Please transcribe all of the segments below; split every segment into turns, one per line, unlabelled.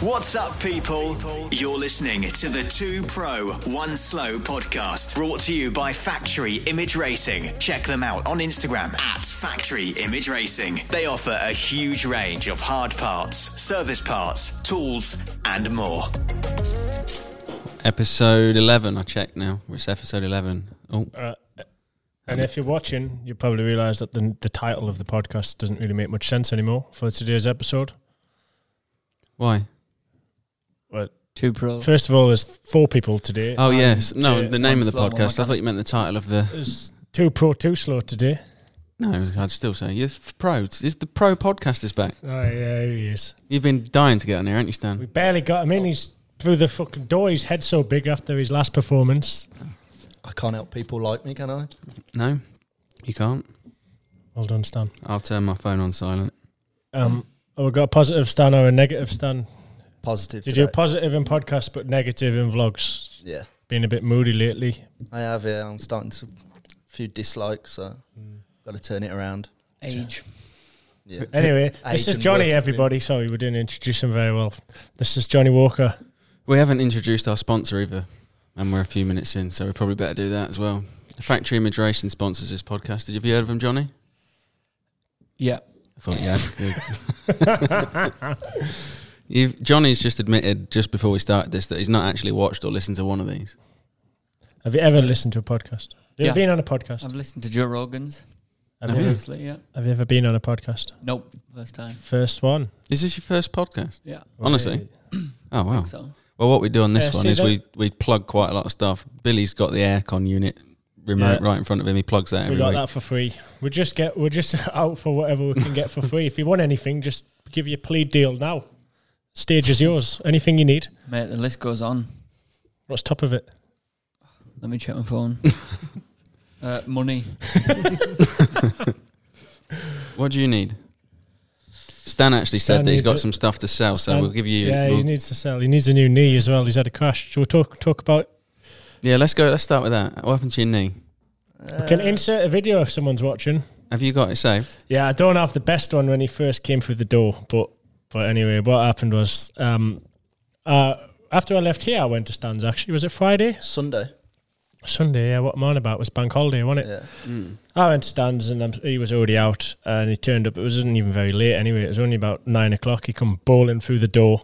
What's up, people? You're listening to the 2 Pro 1 Slow podcast, brought to you by Factory Image Racing. Check them out on Instagram at Factory Image Racing. They offer a huge range of hard parts, service parts, tools, and more.
Episode 11, I checked now. It's episode 11. Oh,
And if you're watching, you probably realise that the, the title of the podcast doesn't really make much sense anymore for today's episode.
why?
But
Two pro.
first of all, there's four people today.
Oh, yes. No,
uh,
the name of the
slow, one
podcast. I
again.
thought you meant the title of the.
There's two pro, two slow today.
No, I'd still say you're f- pro. It's it's the pro podcast is back.
Oh, yeah, he is.
You've been dying to get on here, haven't you,
We
Stan?
barely got him in. He's through the fucking door. His head's so big after his last performance.
I can't help people like me, can I?
No, you can't.
Well done, Stan.
I'll turn my phone on silent.
Um, oh, we got a positive Stan or a negative Stan.
Positive.
Did
today.
you positive in podcasts but negative in vlogs?
yeah,
Been a bit moody lately.
I have. Yeah, I'm starting to few dislikes, so
Mm.
got to turn it around. Age. Yeah.
Anyway, this
Age
is
and
Johnny,
working
everybody. Sorry, we didn't introduce him very well. This is Johnny Walker.
We haven't introduced our sponsor either, and we're a few minutes in, so we probably better do that as well. The Factory Immigration sponsors this podcast. Did you have you heard of him, Johnny?
Yeah.
I thought you had. Good. You've, Johnny's just admitted just before we started this that he's not actually watched or listened to one of these.
Have you ever listened to a podcast? Have you
Yeah. Um,
ever been on a podcast?
I've listened to Joe Rogan's.
Have you, ever,
Obviously, yeah.
have you ever been on a podcast?
Nope, first time.
First one.
Is this your first podcast?
Yeah.
Honestly. Oh wow.
So
Well, what we do on this
Yeah,
one
see,
is
that-
we, we plug quite a lot of stuff. Billy's got the aircon unit remote
Yeah.
right in front of him. He plugs that every
we got
week.
that for free. We just get we're just out for whatever we can get for free. If you want anything, just give you a plea deal now. Stage is yours. Anything you need.
mate, the list goes on.
What's top of it?
Let me check my phone. uh, money.
What do you need? Stan actually said
Stan
that he's
needs
got
it.
some stuff to sell, so
Stan-
we'll give you.
Yeah,
we'll-
he needs to sell. He needs a new knee as well. He's had a crash. Shall we talk talk about?
yeah, let's go. Let's start with that. What happened to your knee?
we
Uh,
can insert a video if someone's watching.
Have you got it saved?
Yeah, I don't have the best one when he first came through the door, but but anyway, what happened was um, uh, after I left here, I went to Stan's. Actually, was it Friday,
Sunday.
Sunday? Yeah, what I'm on about was bank holiday, wasn't it?
Yeah.
I went to Stan's and um he was already out, and he turned up. It wasn't even very late anyway. It was only about nine o'clock. He come bowling through the door,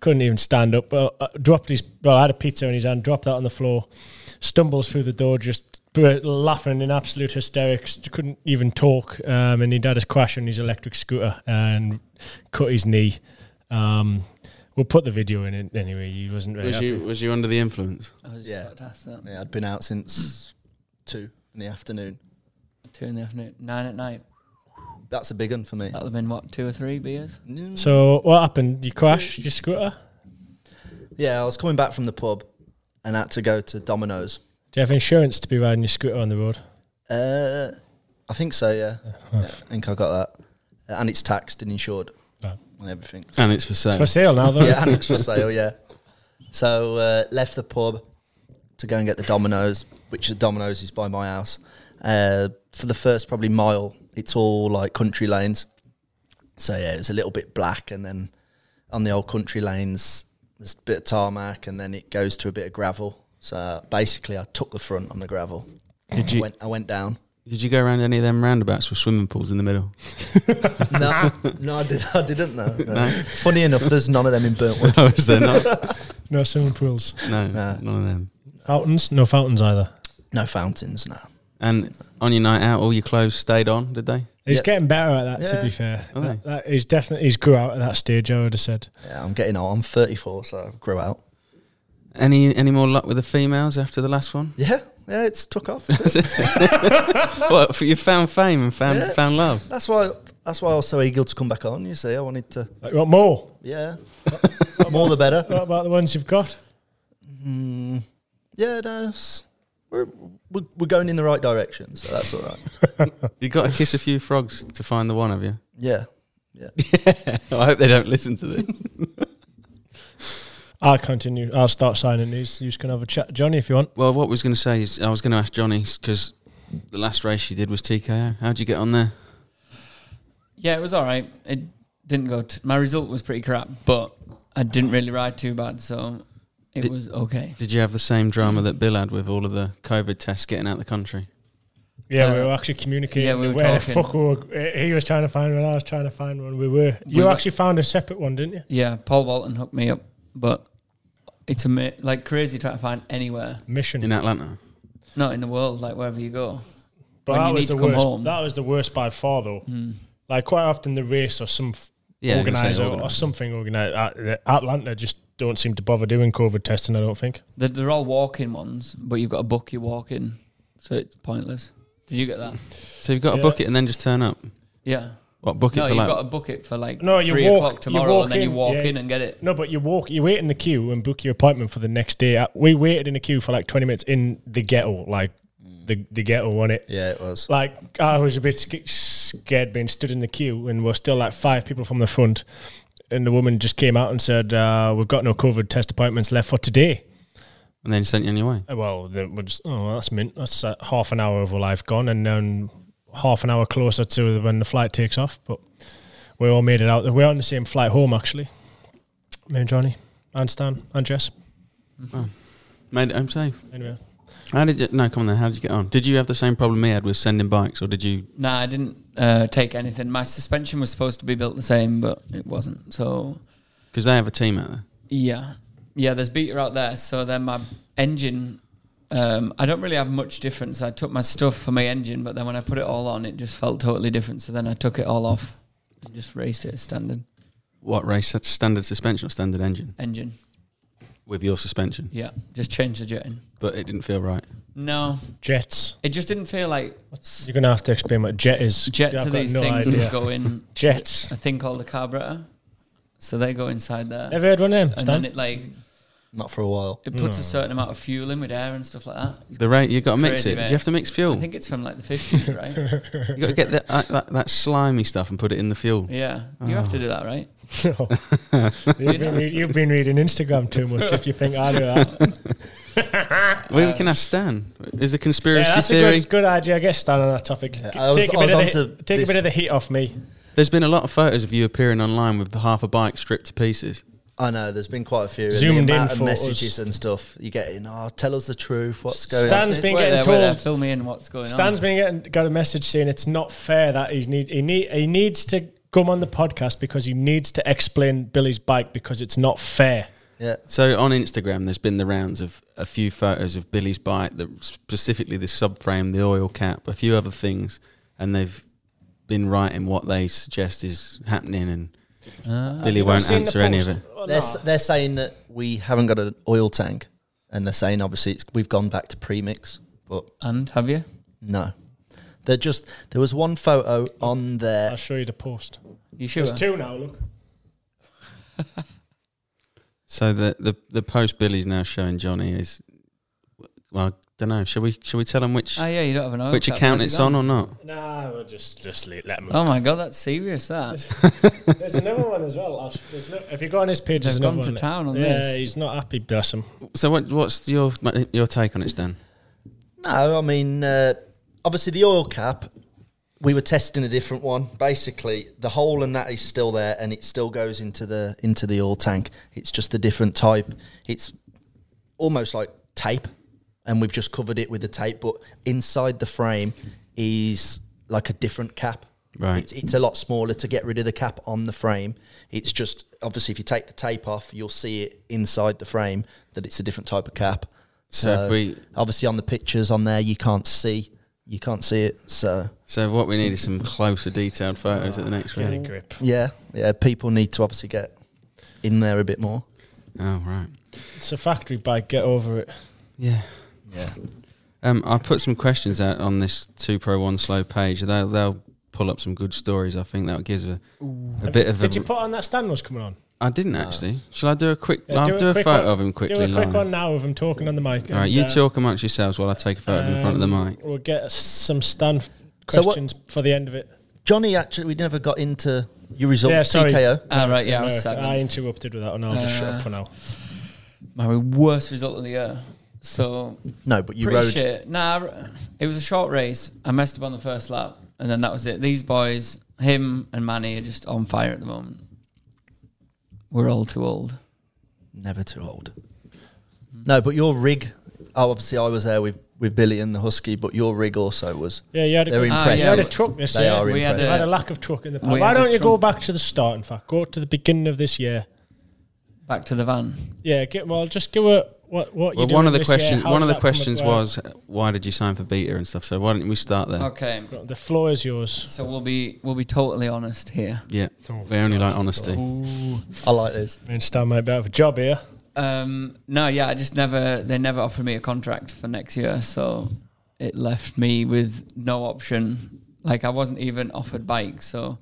couldn't even stand up. Well, uh, dropped his well, I had a pizza in his hand, dropped that on the floor, stumbles through the door, just br- laughing in absolute hysterics. Couldn't even talk, um, and he'd had a crash on his electric scooter and cut his knee. Um, we'll put the video in it anyway. He wasn't very
Was
happy.
you was you under the influence?
I was just
Yeah.
about to ask that.
Yeah, I'd been out since two in the afternoon.
Two in the afternoon, nine at night.
That's a big one for me.
That'll have been what, two or three beers?
Mm.
So what happened? You crashed your scooter.
Yeah, I was coming back from the pub and had to go to Domino's.
Do you have insurance to be riding your scooter on the road?
Uh, I think so. Yeah.
Uh-huh.
Yeah, I think I got that, and it's taxed and insured
Right.
and everything.
And it's for sale.
It's for sale now, though.
yeah, and it's for sale. Yeah. So uh, left the pub to go and get the Domino's, which the Domino's is by my house. Uh, for the first probably mile, it's all like country lanes. So yeah, it's a little bit black, and then on the old country lanes, there's a bit of tarmac, and then it goes to a bit of gravel. So basically, I took the front on the gravel.
Did you
Went, I went down.
did you go around any of them roundabouts with swimming pools in the middle?
No, no, I, did, I didn't. No, no. Funny enough, there's none of them in Burntwood.
Oh, is there not?
No swimming pools.
No, none of them.
Fountains? No fountains either.
No fountains. No.
And on your night out, all your clothes stayed on, did they?
He's
Yep.
getting better at that, to
Yeah.
be fair.
Oh.
That, that, he's definitely he's grew out at that stage, I would have said.
Yeah, I'm getting old. I'm 34, so I grew out.
Any any more luck with the females after the last one?
Yeah, yeah, it's took off. a bit.
What you found fame and found
Yeah.
found love?
That's why That's why I was so eager to come back on. You see, I wanted to.
Like, you want more?
Yeah, more the better.
What about the ones you've got?
Yeah, no, it's- we're we're we're going in the right direction, so that's all right.
You got to kiss a few frogs to find the one, have you?
Yeah, yeah.
I hope they don't listen to this.
I'll continue. I'll start signing these. You just can have a chat, Johnny, if you want.
well, what I was going to say is I was going to ask Johnny because the last race you did was TKO. How'd you get on there?
Yeah, it was all right. It didn't go. T- my result was pretty crap, but I didn't really ride too bad, so it
Did-
was okay.
Did you have the same drama that Bill had with all of the COVID tests getting out the country?
Yeah,
Uh,
we were actually communicating.
yeah, we were
where
talking.
the fuck we were, he was trying to find one. I was trying to find one. We were. You
were-
actually found a separate one, didn't you?
Yeah, Paul Walton hooked me up, but it's a like crazy trying to find anywhere,
Mission.
In Atlanta?
not in the world, like wherever you go.
but
when
that
you
was
need to
the
come
worst.
home. Hmm.
That was the worst by far, though. Like quite often, the race or some f-
Yeah, I was gonna say
organizer or
organiser.
something organized. Atlanta just don't seem to bother doing COVID testing. I don't think.
They're, they're all walking ones, but you've got a book you walk in, so it's pointless. Did you get that?
So you've got to
Yeah.
book it and then just turn up.
Yeah.
What book it
No,
for
you've
like?
got to book it for like
No, you
three
walk-
o'clock
you
tomorrow,
walk
and then you
in,
walk
yeah.
in and get it.
No, but you walk, you wait in the queue and book your appointment for the next day. Uh, We waited in the queue for like 20 minutes in the ghetto, like
Hmm.
the, the ghetto on it.
Yeah, it was.
Like, I was a bit sca- scared being stood in the queue, and we're still like five people from the front. And the woman just came out and said, uh, We've got no COVID test appointments left for today.
and then sent you on your way.
Uh, Well, then we're just, oh, that's mint. That's uh, half an hour of our life gone, and then half an hour closer to when the flight takes off. But we all made it out. We're on the same flight home, actually. Me and Johnny, and Stan, and Jess.
Made it home safe.
Anyway,
How did you? No, come on then. How did you get on? Did you have the same problem he had with sending bikes, or did you?
Nah, I didn't uh, take anything. My suspension was supposed to be built the same, but it wasn't. So
Because they have a team out there.
yeah, yeah. There's beater out there. So then my engine, um, I don't really have much difference. I took my stuff for my engine, but then when I put it all on, it just felt totally different. So then I took it all off and just raced it as standard
What race? That's standard suspension or standard engine
engine.
with your suspension,
Yeah, just changed the jetting.
but it didn't feel right.
No,
jets.
it just didn't feel like
You're gonna have to explain what jet is.
jet
I've
to
got
these
no
things
idea.
that go in
Jets.
a thing called a carburetor. So they go inside there,
Ever heard one of them?
and
Stan?
then it like
Not for a while.
It puts a certain amount of fuel in with air and stuff like that. It's-
The rate you got to mix
crazy,
it. Do
mate.
you have to mix
I
fuel?
think it's from like the fifties, right?
You got to get that, uh, that that slimy stuff and put it in the fuel.
Yeah, you have to do that, right?
No. you've, been read, you've been reading Instagram too much. If you think I do that,
Well, we can ask Stan. Is the conspiracy
yeah, that's a
theory?
good, good idea. I guess Stan on that topic.
I was-
take a
I was
bit, of the,
onto
heat- take a bit
this.
of the heat off me.
There's been a lot of photos of you appearing online with half a bike stripped to pieces.
I know. There's been quite a few.
Zoomed in
and the amount of
photos.
messages and stuff you get in. Oh, tell us the truth. What's going on?
Stan's
It's
been
where
getting
they're- where they're
told.
Fill me in what's going
Stan's
on.
been getting got a message saying it's not fair that he's need he need he needs to come on the podcast because he needs to explain Billy's bike because it's not fair.
Yeah,
So on Instagram, there's been the rounds of a few photos of Billy's bike, the, specifically the subframe, the oil cap, a few other things, and they've been writing what they suggest is happening, and Billy won't
Seen the
answer any of
post?
it.
Oh,
they're
no.
s- they're saying that we haven't got an oil tank, and they're saying obviously it's, we've gone back to premix, but
And have you?
no. They're just there was one photo on
I'll
there.
show you the post.
You sure?
There's two now. Look,
So the the, the post Billy's now showing Johnny is, well, I don't know. Shall we shall we tell him which
Ah, yeah, you don't have an oil
which
cap.
account
Where's it
it's on
gone?
or not?
nah, we'll just just let them.
Oh my god, that's serious. That
There's another one as well. I'll sh- there's no, if you go on his page, there's
They've
another
gone to
one.
town on
yeah,
this.
he's not happy. Bless him.
So what what's your your take on it, Stan?
No, I mean uh, obviously the oil cap. We were testing a different one. Basically, the hole and that is still there, and it still goes into the into the oil tank. It's just a different type. It's almost like tape, and we've just covered it with the tape. But inside the frame is like a different cap.
Right.
It's, it's a lot smaller to get rid of the cap on the frame. It's just obviously if you take the tape off, you'll see it inside the frame that it's a different type of cap.
So if we-
obviously on the pictures on there, you can't see you can't see it. So
So what we need is some closer, detailed photos at the next
Get a
round.
grip.
yeah, yeah, people need to obviously get in there a bit more.
Oh right,
It's a factory bike. Get over it.
yeah.
Yeah,
Um, I put some questions out on this two pro one slow page. They'll, they'll pull up some good stories, I think that gives a, a bit of
Did
a.
you put on that Stan was coming on?
I didn't actually. Shall I do a quick?
Yeah,
I'll do, a,
quick
photo
one-
of him quickly.
Do a quick
Lauren.
one now uh, of him talking on the mic.
All right, you talk amongst yourselves while I take a photo in front of the mic.
Um, We'll get some Stan f-
So what-
questions for the end of it.
Johnny, actually, we never got into your result,
Yeah, sorry.
TKO.
Ah, right, yeah, Uh, I
No,
was seventh.
I interrupted with that, and I'll just shut up for now.
My worst result of the year. So
No, but you
pretty
rode.
shit. Nah, I r- it was a short race. I messed up on the first lap, and then that was it. These boys, him and Manny, are just on fire at the moment. We're all too old.
Never too old. No, but your rig. Oh, obviously, I was there with, with Billy and the Husky, but your rig also was.
Yeah, you had a,
They're
good-
impressive.
You had a truck this
They
year.
are
We had
We
impressive.
had a
Yeah.
lack of truck in the
We
past. Why
had a
don't you go
trunk.
back to the start? In fact, go to the beginning of this year.
Back to the van.
Yeah, get, well, just give a what what
Well,
you
one of the questions, one of the questions was, why did you sign for Beta and stuff? So why don't we start there?
Okay,
the floor is yours.
so we'll be we'll be totally honest here.
Yeah, they only like honesty.
I like this.
Me and Stan might be out of a job here.
Um, no, yeah, I just never they never offered me a contract for next year, so it left me with no option. Like I wasn't even offered bike, so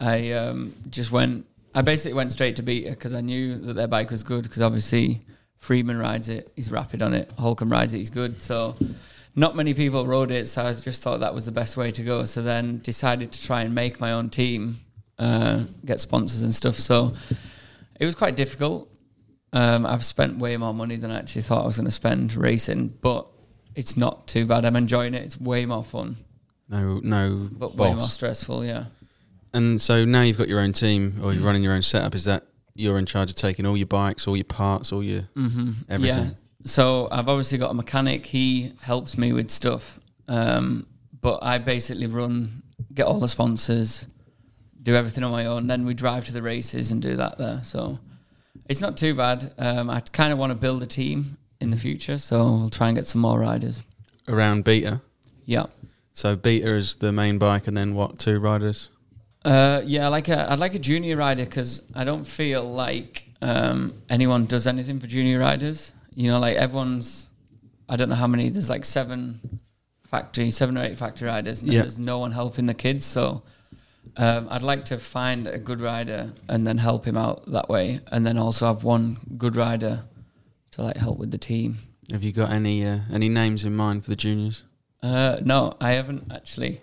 I um, just went. I basically went straight to Beta because I knew that their bike was good. Because obviously Freeman rides it, he's rapid on it. Holcomb rides it, he's good. So not many people rode it, so I just thought that was the best way to go. So then decided to try and make my own team, uh, get sponsors and stuff. So it was quite difficult. Um, I've spent way more money than I actually thought I was going to spend racing, but it's not too bad. I'm enjoying it. It's way more fun,
No, no
but way more
boss.
stressful. Yeah.
And so now you've got your own team,
Mm-hmm.
or you're running your own setup. Is that you're in charge of taking all your bikes, all your parts, all your
Mm-hmm.
everything?
Yeah. So I've obviously got a mechanic. He helps me with stuff, um, but I basically run, get all the sponsors, do everything on my own. Then we drive to the races and do that there. So it's not too bad. Um, I kind of want to build a team in the future, so we'll try and get some more riders.
Around Beta.
Yeah.
So Beta is the main bike, and then what? Two riders.
Uh, yeah, I like a, I'd like a junior rider because I don't feel like um, anyone does anything for junior riders. You know, like everyone's, I don't know how many. There's like seven factory, seven or eight factory riders, and then
Yeah.
there's no one helping the kids. So um, I'd like to find a good rider and then help him out that way, and then also have one good rider to like help with the team.
Have you got any uh, any names in mind for the juniors?
Uh, no, I haven't actually.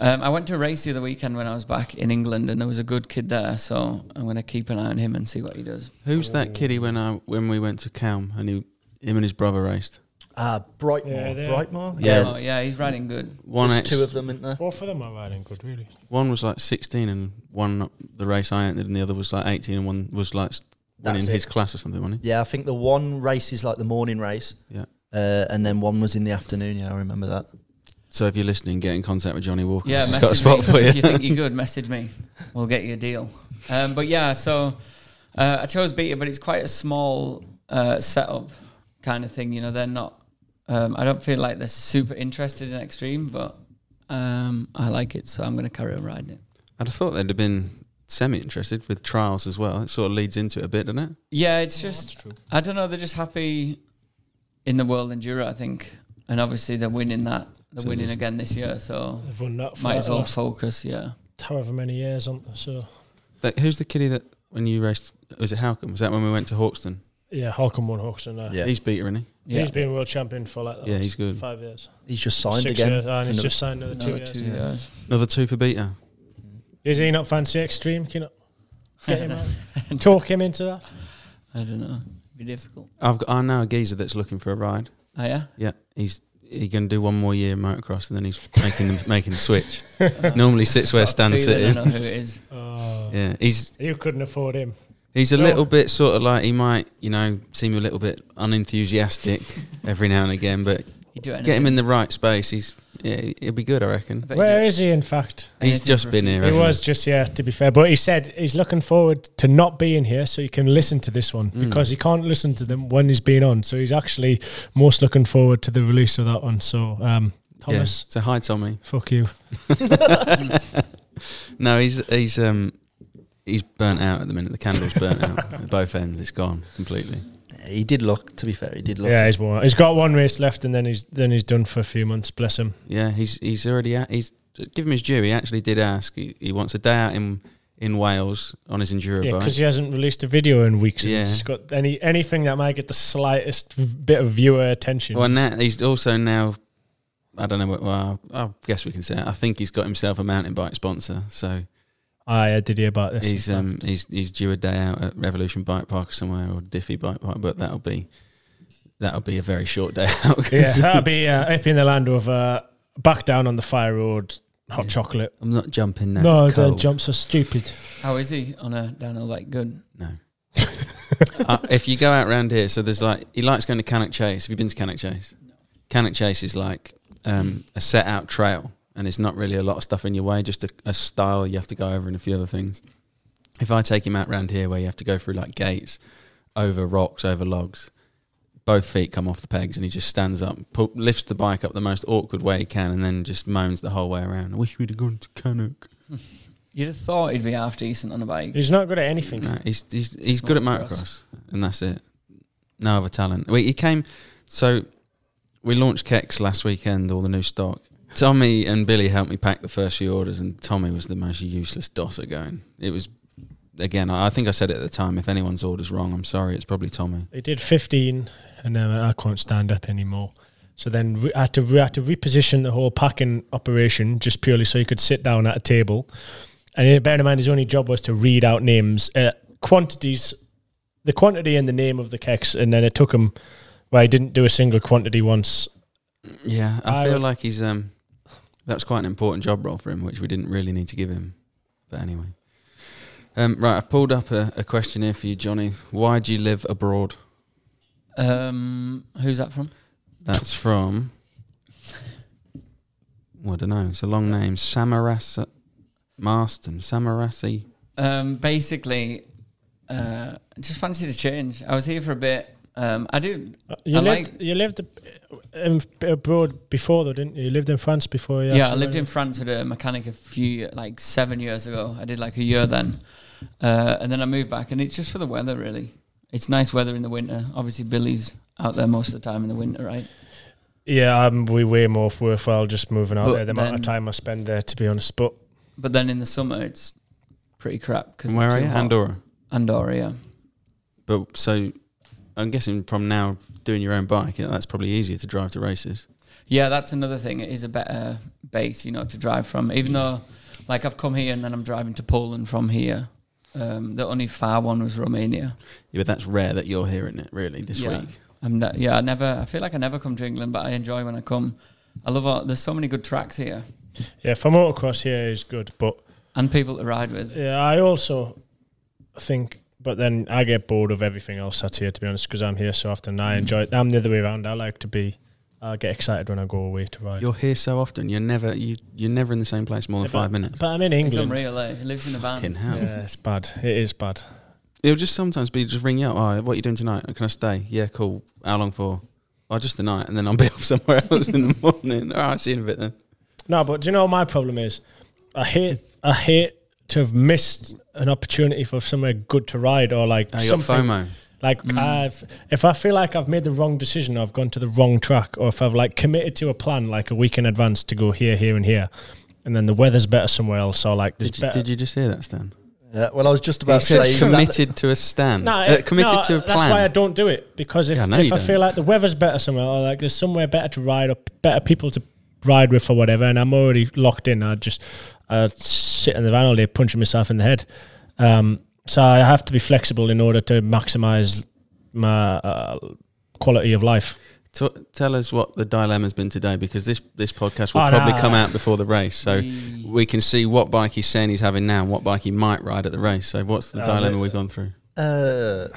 Um, I went to a race the other weekend when I was back in England, and there was a good kid there, so I'm going to keep an eye on him and see what he does.
Who's
Oh.
that kiddie when I when we went to Calm and he, him and his brother raced?
Uh, Brightmore.
Yeah, they are.
Brightmore?
Oh,
Yeah.
yeah, he's riding good.
One
There's
ex-
two of them, isn't there?
Both of them are riding good, really.
One was like 16 and one the race I entered, and the other was like 18 and one was like s- one
That's
in his
it.
class or something, wasn't
Yeah, I think the one race is like the morning race,
he? Yeah.
uh, and then one was in the afternoon. Yeah, I remember that.
So if you're listening, get in contact with Johnny Walker.
Yeah,
He's got a
message
spot
me
for
if
you.
you think you're good. Message me, we'll get you a deal. Um, but yeah, so uh, I chose Beta, but it's quite a small uh, setup kind of thing. You know, they're not. Um, I don't feel like they're super interested in extreme, but um, I like it, so I'm going to carry on riding it.
I'd have thought they'd have been semi interested with trials as well. It sort of leads into it a bit, doesn't it?
Yeah, it's
Oh,
just I don't know. They're just happy in the world enduro, I think, and obviously they're winning that. They're
So
winning
there's-
again this year, so
They've run that for
might
the
as well
last
focus. Yeah,
however many years, aren't they? So
That, who's the kiddie that when you raced? Was it Halcombe? Was that when we went to Hawkston?
yeah, Holcomb won Hawkston there.
Yeah.
He's beater, isn't he?
yeah.
He's been world champion for like the
Yeah,
last
he's good.
five years,
He's just signed
six
again.
years, and
for
he's
another-
just signed another,
Another
two,
two
years.
years.
Another two for beater.
Does he not fancy extreme? Can you not get him out? talk him into that?
I don't know. Be difficult.
I've got I know a geezer that's looking for a ride.
Oh yeah.
Yeah, he's he going to do one more year in motocross and then he's making the, making the switch. Normally sits where
Got a
Stan's
feeling I
sitting.
know who it is.
Oh,
Yeah, he's
you couldn't afford him.
he's a
No.
little bit sort of like he might you know seem a little bit unenthusiastic every now and again, but
He'd do
get him in the right space. He's yeah, he'll be good, I reckon.
Where is he? In fact,
He's just been here.
He
hasn't
was just yeah. To be fair, but he said he's looking forward to not being here, so he can listen to this one because he can't listen to them when he's been on. So he's actually most looking forward to the release of that one. So um,
Yeah.
Thomas,
So hi, Tommy.
fuck you.
No, he's he's um he's burnt out at the minute. The candle's burnt out. at both ends, it's gone completely.
He did look. To be fair, he did look.
Yeah, he's one. He's got one race left, and then he's then he's done for a few months. Bless him.
Yeah, he's he's already at, he's give him his due. He actually did ask. He, he wants a day out in in Wales on his enduro
Yeah,
bike.
because he hasn't released a video in weeks. And
Yeah.
he's just got any anything that might get the slightest v- bit of viewer attention.
Well, and that he's also now. I don't know. what- Well, I guess we can say. It. I think he's got himself a mountain bike sponsor, so
Aye, I did hear about this.
he's um he's he's due a day out at Revolution Bike Park or somewhere or Diffie Bike Park, but that'll be that'll be a very short day out. 'cause
yeah, that'll be uh, up in the land of uh, back down on the fire road, hot chocolate.
I'm not jumping now.
No,
it's
the
cold.
jumps are stupid.
How is he on a downhill bike? Good.
No. uh, if you go out round here, so there's like he likes going to Cannock Chase. Have you been to Cannock Chase? No. Cannock Chase is like um, a set out trail, and it's not really a lot of stuff in your way. Just a, a style you have to go over and a few other things. If I take him out round here, where you have to go through like gates, over rocks, over logs, both feet come off the pegs, and he just stands up, pull, lifts the bike up the most awkward way he can, and then just moans the whole way around. I wish we'd have gone to Cannock.
You'd have thought he'd be half decent on a bike.
He's not good at anything.
No, he's he's, he's good at motocross, and that's it. No other talent. We, he came, so we launched Kex last weekend, all the new stock. Tommy and Billy helped me pack the first few orders, and Tommy was the most useless dosser going. It was, again, I I think I said it at the time. If anyone's order's wrong, I'm sorry, it's probably Tommy.
He did 15, and then I can't stand up anymore. So then re- I had to re- I had to reposition the whole packing operation just purely so he could sit down at a table. And bear in mind, his only job was to read out names, uh, quantities, the quantity and the name of the keks. And then it took him. Well, he didn't do a single quantity once.
Yeah, I,
I
feel
would-
like he's um, that's quite an important job role for him, which we didn't really need to give him. But anyway, um, right, I've pulled up a, a question here for you, Johnny. Why do you live abroad?
Um, who's that from?
That's from. Well, I don't know. It's a long name. Samarasa Marston. Samarasi.
Um, basically, uh, just fancied a change. I was here for a bit. Um, I do.
Uh, You
I
lived
like-
you lived in, abroad before, though, didn't you? You lived in France before. you
yeah, I
actually
lived in
went-
France with a mechanic a few, like seven years ago. I did like a year then, uh, and then I moved back. And it's just for the weather, really. It's nice weather in the winter. Obviously, Billy's out there most of the time in the winter, right?
Yeah, um, we way more worthwhile just moving out
But
there. The amount
then-
of time I spend there, to be honest, but.
But then in the summer, it's pretty crap. Cause
And
it's
where are
too
you?
hot.
Andorra.
Andorra, yeah.
But so, I'm guessing from now doing your own bike, yeah, that's probably easier to drive to races.
Yeah, that's another thing. It is a better base, you know, to drive from. Even though, like, I've come here and then I'm driving to Poland from here. Um, the only far one was Romania.
Yeah, but that's rare that you're hearing it really this week.
I'm ne- yeah, I never. I feel like I never come to England, but I enjoy when I come. I love. All, there's so many good tracks here
Yeah, for motocross here is good, but
and people to ride with.
yeah, I also think, but then I get bored of everything else that's here, to be honest, because I'm here so often.
Mm.
I enjoy it. I'm the other way around. I like to be, I get excited when I go away to ride.
You're here so often. You're never you you're never in the same place more than
But-
five minutes.
But I'm in
It's
England.
unreal. Eh? He lives in a
Fucking
van.
hell.
Yeah, it's bad. It is bad.
It'll just sometimes be just ring you up. Oh, what are you doing tonight? Can I stay? Yeah, cool. How long for? Oh, just tonight, and then I'll be off somewhere else in the morning. All right, see you in a bit then.
No, but do you know what my problem is? I hate, I hate to have missed an opportunity for somewhere good to ride or like
I got
something.
FOMO.
Like
Mm.
I've, if I feel like I've made the wrong decision, or I've gone to the wrong track, or if I've like committed to a plan like a week in advance to go here, here, and here, and then the weather's better somewhere else, or like there's
Did you,
better.
did you just hear that, Stan?
Yeah, Uh, well, I was just
He
about to
said
say is that-
committed to a stand.
No,
Uh,
it-
committed
no,
to a
that's why I
plan.
don't do it because if,
Yeah, I know
if
you
I feel
don't.
like the weather's better somewhere, or like there's somewhere better to ride, or better people to ride with, or whatever, and I'm already locked in, I just I sit in the van all day punching myself in the head. Um, so I have to be flexible in order to maximize my uh, quality of life.
T- tell us what the dilemma's been today, because this this podcast will
Oh,
probably
no.
come out before the race, so we can see what bike he's saying he's having now and what bike he might ride at the race. So, what's the dilemma we've gone through?
Uh,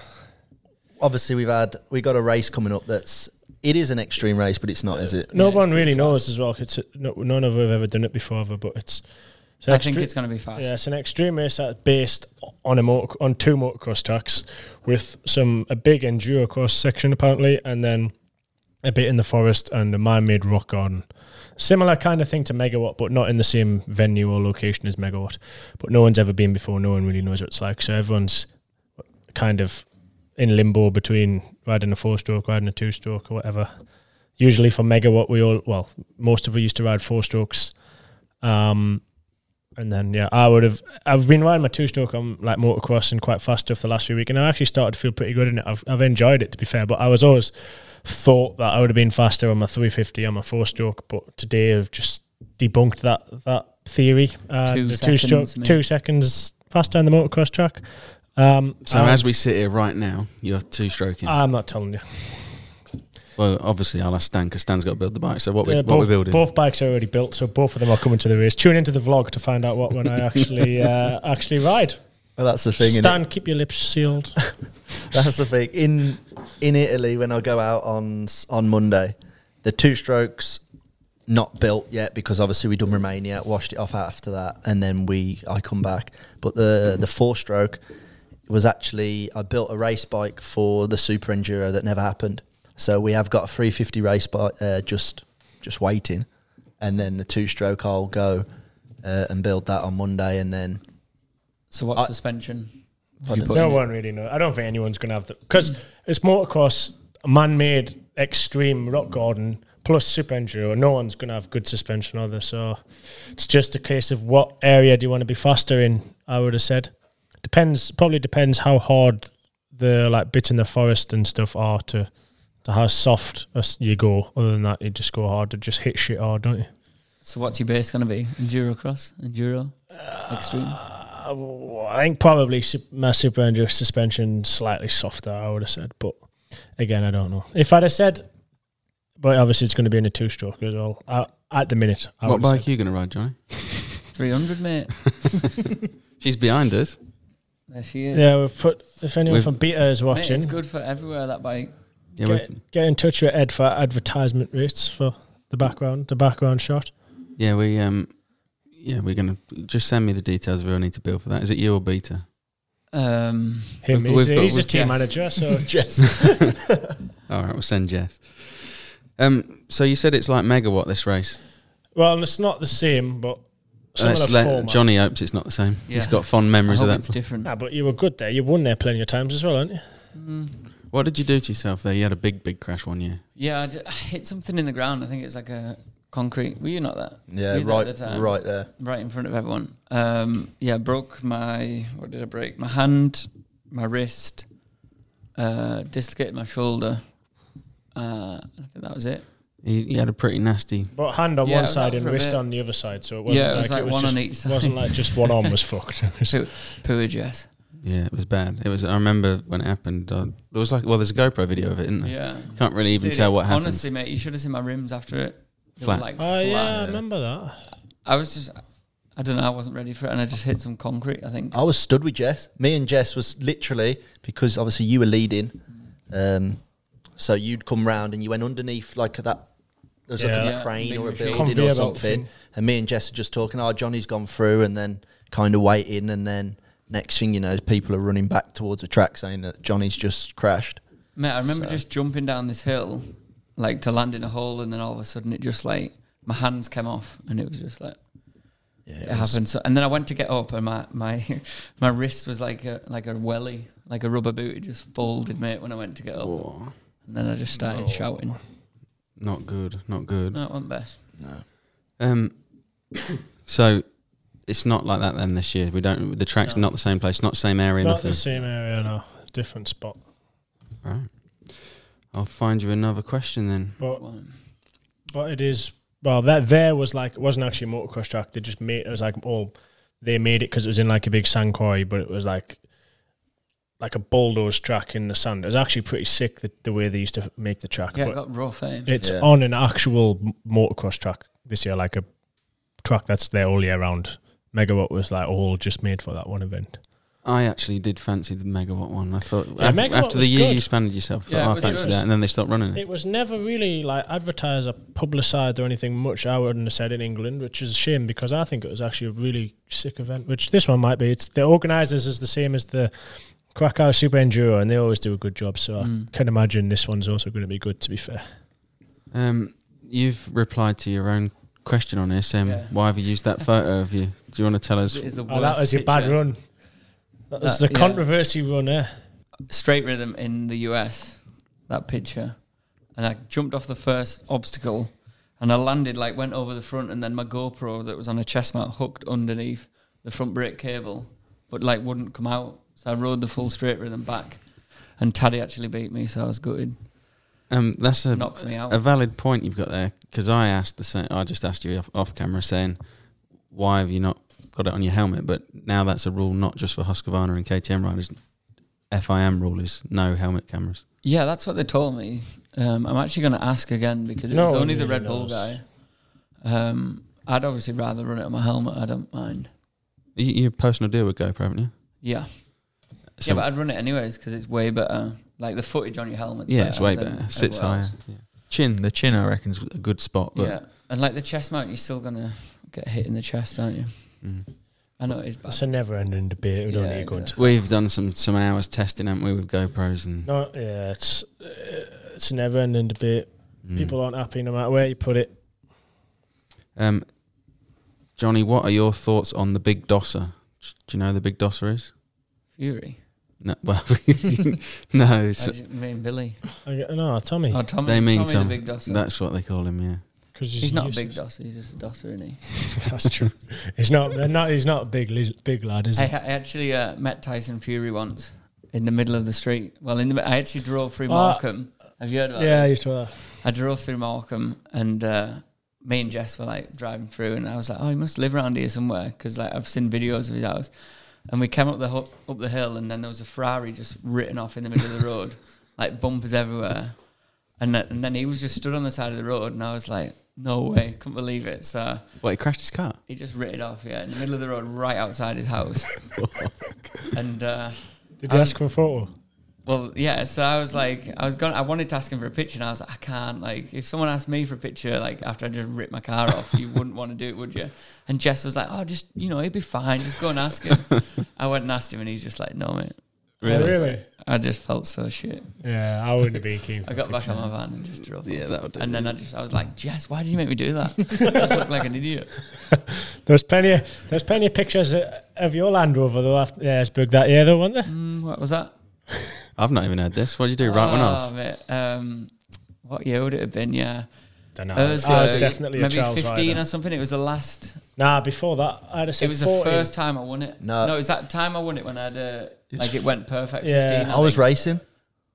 obviously, we've had we got a race coming up. That's it is an extreme race, but it's not, is it?
No
Yeah,
one
it's
really
pretty
knows
fast.
as well. 'cause It's no, none of us have ever done it before, ever, but it's. it's an
I think
extre-
it's going to be fast.
Yeah, it's an extreme race that's based on a motor, on two motocross tracks with some a big enduro cross section apparently, and then a bit in the forest and a man-made rock garden. Similar kind of thing to Megawatt, but not in the same venue or location as Megawatt. But no one's ever been before. No one really knows what it's like. So everyone's kind of in limbo between riding a four-stroke, riding a two-stroke, or whatever. Usually for Megawatt, we all well, most of us used to ride four strokes Um, and then yeah, I would have. I've been riding my two stroke on like motocross and quite fast stuff the last few weeks, and I actually started to feel pretty good in it. I've I've enjoyed it to be fair, but I was always thought that I would have been faster on my 350 on my four stroke, but today I've just debunked that that theory. Uh,
Two
the two stroke,
seconds, mate.
two seconds faster on the motocross track. Um, uh,
So
and
as we sit here right now, you're two stroking.
I'm not telling you.
well, obviously I'll ask Stan because Stan's got to build the bike. So what we
Yeah,
what
both,
we're building?
both bikes are already built, so both of them are coming to the race. Tune into the vlog to find out what when I actually uh, actually ride.
Well, that's the thing. innit?
Stan, keep your lips sealed.
That's the thing. In in Italy, when I go out on s- on Monday, the two strokes not built yet because obviously we done Romania, washed it off after that, and then we I come back. But the the four stroke was actually I built a race bike for the Super Enduro that never happened. So we have got a 350 race bike uh, just just waiting, and then the two stroke I'll go uh, and build that on Monday, and then
So what's
I-
suspension? Did you put
no
in it?
one really knows. I don't think anyone's going to have that because it's motocross, man-made, extreme rock garden plus super enduro. No one's going to have good suspension either. So it's just a case of what area do you want to be faster in. I would have said depends. Probably depends how hard the like bits in the forest and stuff are to to how soft us- you go. Other than that, you just go hard to just hit shit hard, don't you?
So what's your base going to be? Enduro cross, enduro, extreme.
Uh, I think probably su- my super enduro suspension slightly softer. I would have said, but again, I don't know. If I'd have said, but obviously it's going to be in a two stroke as well. I, at the minute, I
What
would have
bike
said.
are you going to ride, Johnny?
300, mate.
She's behind us.
There she is.
Yeah, we put. If anyone
We've-
from Beta is
Mate,
watching,
it's good for everywhere, that bike.
Yeah, we-
get, get in touch with Ed for advertisement rates for the background, the background shot.
yeah, we um, yeah, we're going to just send me the details. We all need to build for that. Is it you or Beta?
Um,
Him,
We've-
he's,
we've got-
he's a
we've-
team
yes.
manager, so
All right, we'll send Jess. Um, so you said it's like megawatt this race.
well, and it's not the same, but similar
Let's let
format.
Johnny hopes it's not the same. He's
Yeah.
got fond
I
memories of
hope
that.
it's different.
Nah, but you were good there. You won there plenty of times as well, aren't you?
What did you do to yourself there? You had a big, big crash one year.
Yeah, I, ju- I hit something in the ground. I think it's like a concrete. Were you not there?
yeah,
Were you there
right
at the time?
right there.
right in front of everyone. Um, yeah, broke my what did I break? My hand, my wrist, uh, dislocated my shoulder. Uh, I think that was it.
You, you had a pretty nasty.
But hand on
Yeah, it
one
was
side
out
and
for a
wrist
bit.
on the other side, so it wasn't
Yeah, it
like,
was like one on
just,
each side.
wasn't like just one arm was fucked. Oh, It was-
Poor, poor Jess.
Yeah, it was bad. It was. I remember when it happened. Uh, there was like, well, there's a GoPro video of it, isn't there?
Yeah.
Can't really even
Dude,
tell what happened.
Honestly, mate, you should have seen my rims after it. They
Flat.
were like
oh
flat.
yeah, I remember that.
I was just, I don't know, I wasn't ready for it, and I just hit some concrete. I think.
I was stood with Jess. Me and Jess was literally because obviously you were leading, um, so you'd come round and you went underneath like that. There was
Yeah.
like
Yeah,
a crane
big
or a
machine.
building
Conveyor
or
belt
something,
thing.
and me and Jess are just talking. Oh, Johnny's gone through, and then kind of waiting, and then next thing you know, people are running back towards the track saying that Johnny's just crashed.
Mate, I remember just jumping down this hill, like to land in a hole, and then all of a sudden it just like my hands came off, and it was just like
Yeah,
it,
was-
happened. So, and then I went to get up, and my my my wrist was like a like a welly, like a rubber boot. It just folded, mate, when I went to get up,
Oh,
and then I just started shouting.
not good. Not good.
No, it wasn't best.
Um, so it's not like that then this year. We don't. The track's not the same place. Not same area.
Not
nothing.
the same area, no, different spot.
Right. I'll find you another question then.
But
Well,
but it is well that there was like it wasn't actually a motocross track. They just made it was like oh they made it because it was in like a big sand quarry, but it was like like a bulldoze track in the sand. It was actually pretty sick the, the way they used to make the track.
yeah,
but
it got rough, eh?
It's
Yeah.
on an actual m- motocross track this year, like a track that's there all year round. Megawatt was like all just made for that one event.
I actually did fancy the megawatt one. I thought
Yeah,
af-
Megawatt
after the
was
year
good.
you spanned yourself, I thought,
Yeah, it
"Oh, I
was
fancy
good.
that, and then they stopped running it.
It was never really like advertised or publicised or anything much. I wouldn't have said in England, which is a shame because I think it was actually a really sick event. Which this one might be. It's the organisers is the same as the Krakow Super Enduro, and they always do a good job. So
Mm.
I can imagine this one's also going to be good. To be fair,
Um, you've replied to your own question on this. Um,
Yeah.
Why have you used that photo of you? Do you want to tell us?
It is the
oh, that
worst
was your bad
picture.
run. That was
That-
the
yeah.
controversy run, eh?
straight rhythm in the US, that picture. And I jumped off the first obstacle And I landed, like, went over the front, and then my GoPro that was on a chest mount hooked underneath the front brake cable, but like wouldn't come out. So I rode the full straight rhythm back, and Taddy actually beat me, so I was gutted.
Um, that's a
Knocked me out.
a valid point you've got there because I asked the same. I just asked you off, off camera saying, "Why have you not got it on your helmet?" But now that's a rule not just for Husqvarna and KTM riders. FIM rule is no helmet cameras.
Yeah, that's what they told me. Um, I'm actually going to ask again because it
No
was
one
only the
really
Red Bull
knows.
guy. Um, I'd obviously rather run it on my helmet. I don't mind.
You, you have a personal deal with GoPro, haven't you?
Yeah,
So-
yeah, but I'd run it anyways because it's way better. Like the footage on your helmet.
yeah, it's way better. Sits higher. Yeah. Chin, the chin, I reckon, is a good spot. But
Yeah, and like the chest mount, you're still gonna get hit in the chest, aren't you?
Mm.
I know it's bad.
That's a never-ending debate. We don't
Yeah,
need to go into.
We've done some some hours testing, haven't we, with GoPros and
No, yeah, it's uh, it's a never-ending debate.
Mm.
People aren't happy no matter where you put it.
Um, Johnny, what are your thoughts on the big dosser? Do you know who the big dosser is?
Fury.
No, well, no. It's,
I just mean Billy.
I get, no, Tommy,
Oh, Tommy.
they mean
Tommy
Tom.
the big dosser.
That's what they call him. Yeah.
because
he's not a big dosser. He's just a dosser, isn't he?
That's true. he's not. they're not. He's not a big li- big lad, is
I,
he?
I actually uh, met Tyson Fury once in the middle of the street. Well, in the mi- I actually drove through
Ah.
Markham. Have you heard about
yeah,
this?
he's tall.
I drove through Markham and uh, me and Jess were like driving through, and I was like, "Oh, he must live around here somewhere," because like I've seen videos of his house. And we came up the hu- up the hill, and then there was a Ferrari just written off in the middle of the road, like bumpers everywhere. And then, and then he was just stood on the side of the road, and I was like, "No way, couldn't believe it." So
What? He crashed his car.
he just writ it off, yeah, in the middle of the road, right outside his house. and uh,
Did you
Um,
ask for a photo?
well, yeah. So I was like, I was going, to I wanted to ask him for a picture, and I was like, I can't. Like, if someone asked me for a picture, like after I just ripped my car off, you wouldn't want to do it, would you? And Jess was like, Oh, just you know, he'd be fine. Just go and ask him. I went and asked him, and he's just like, No, mate.
Oh, Really?
I just felt so shit.
Yeah, I wouldn't have been keen. For
I got
a
back
picture.
on my van and just drove.
Yeah,
off.
that'll do.
And then I just, I was like, Jess, why did you make me do that? I just looked like an idiot.
There's plenty. Of, there's plenty of pictures of- of your Land Rover though after yeah, it's big that year though, wasn't there?
Mm, what was that?
I've not even heard this. What did you do? Right one
Oh,
off.
mate. Um, what year would it have been? Yeah,
Dunno.
I
I was
like
definitely
uh, maybe
a Charles
fifteen
rider.
or something. It was the last.
Nah, before that, I'd have said
It was
14.
the first time I won it.
No.
no, it was that time I won it when I had a like it went perfect.
Yeah.
15,
I was
think.
racing.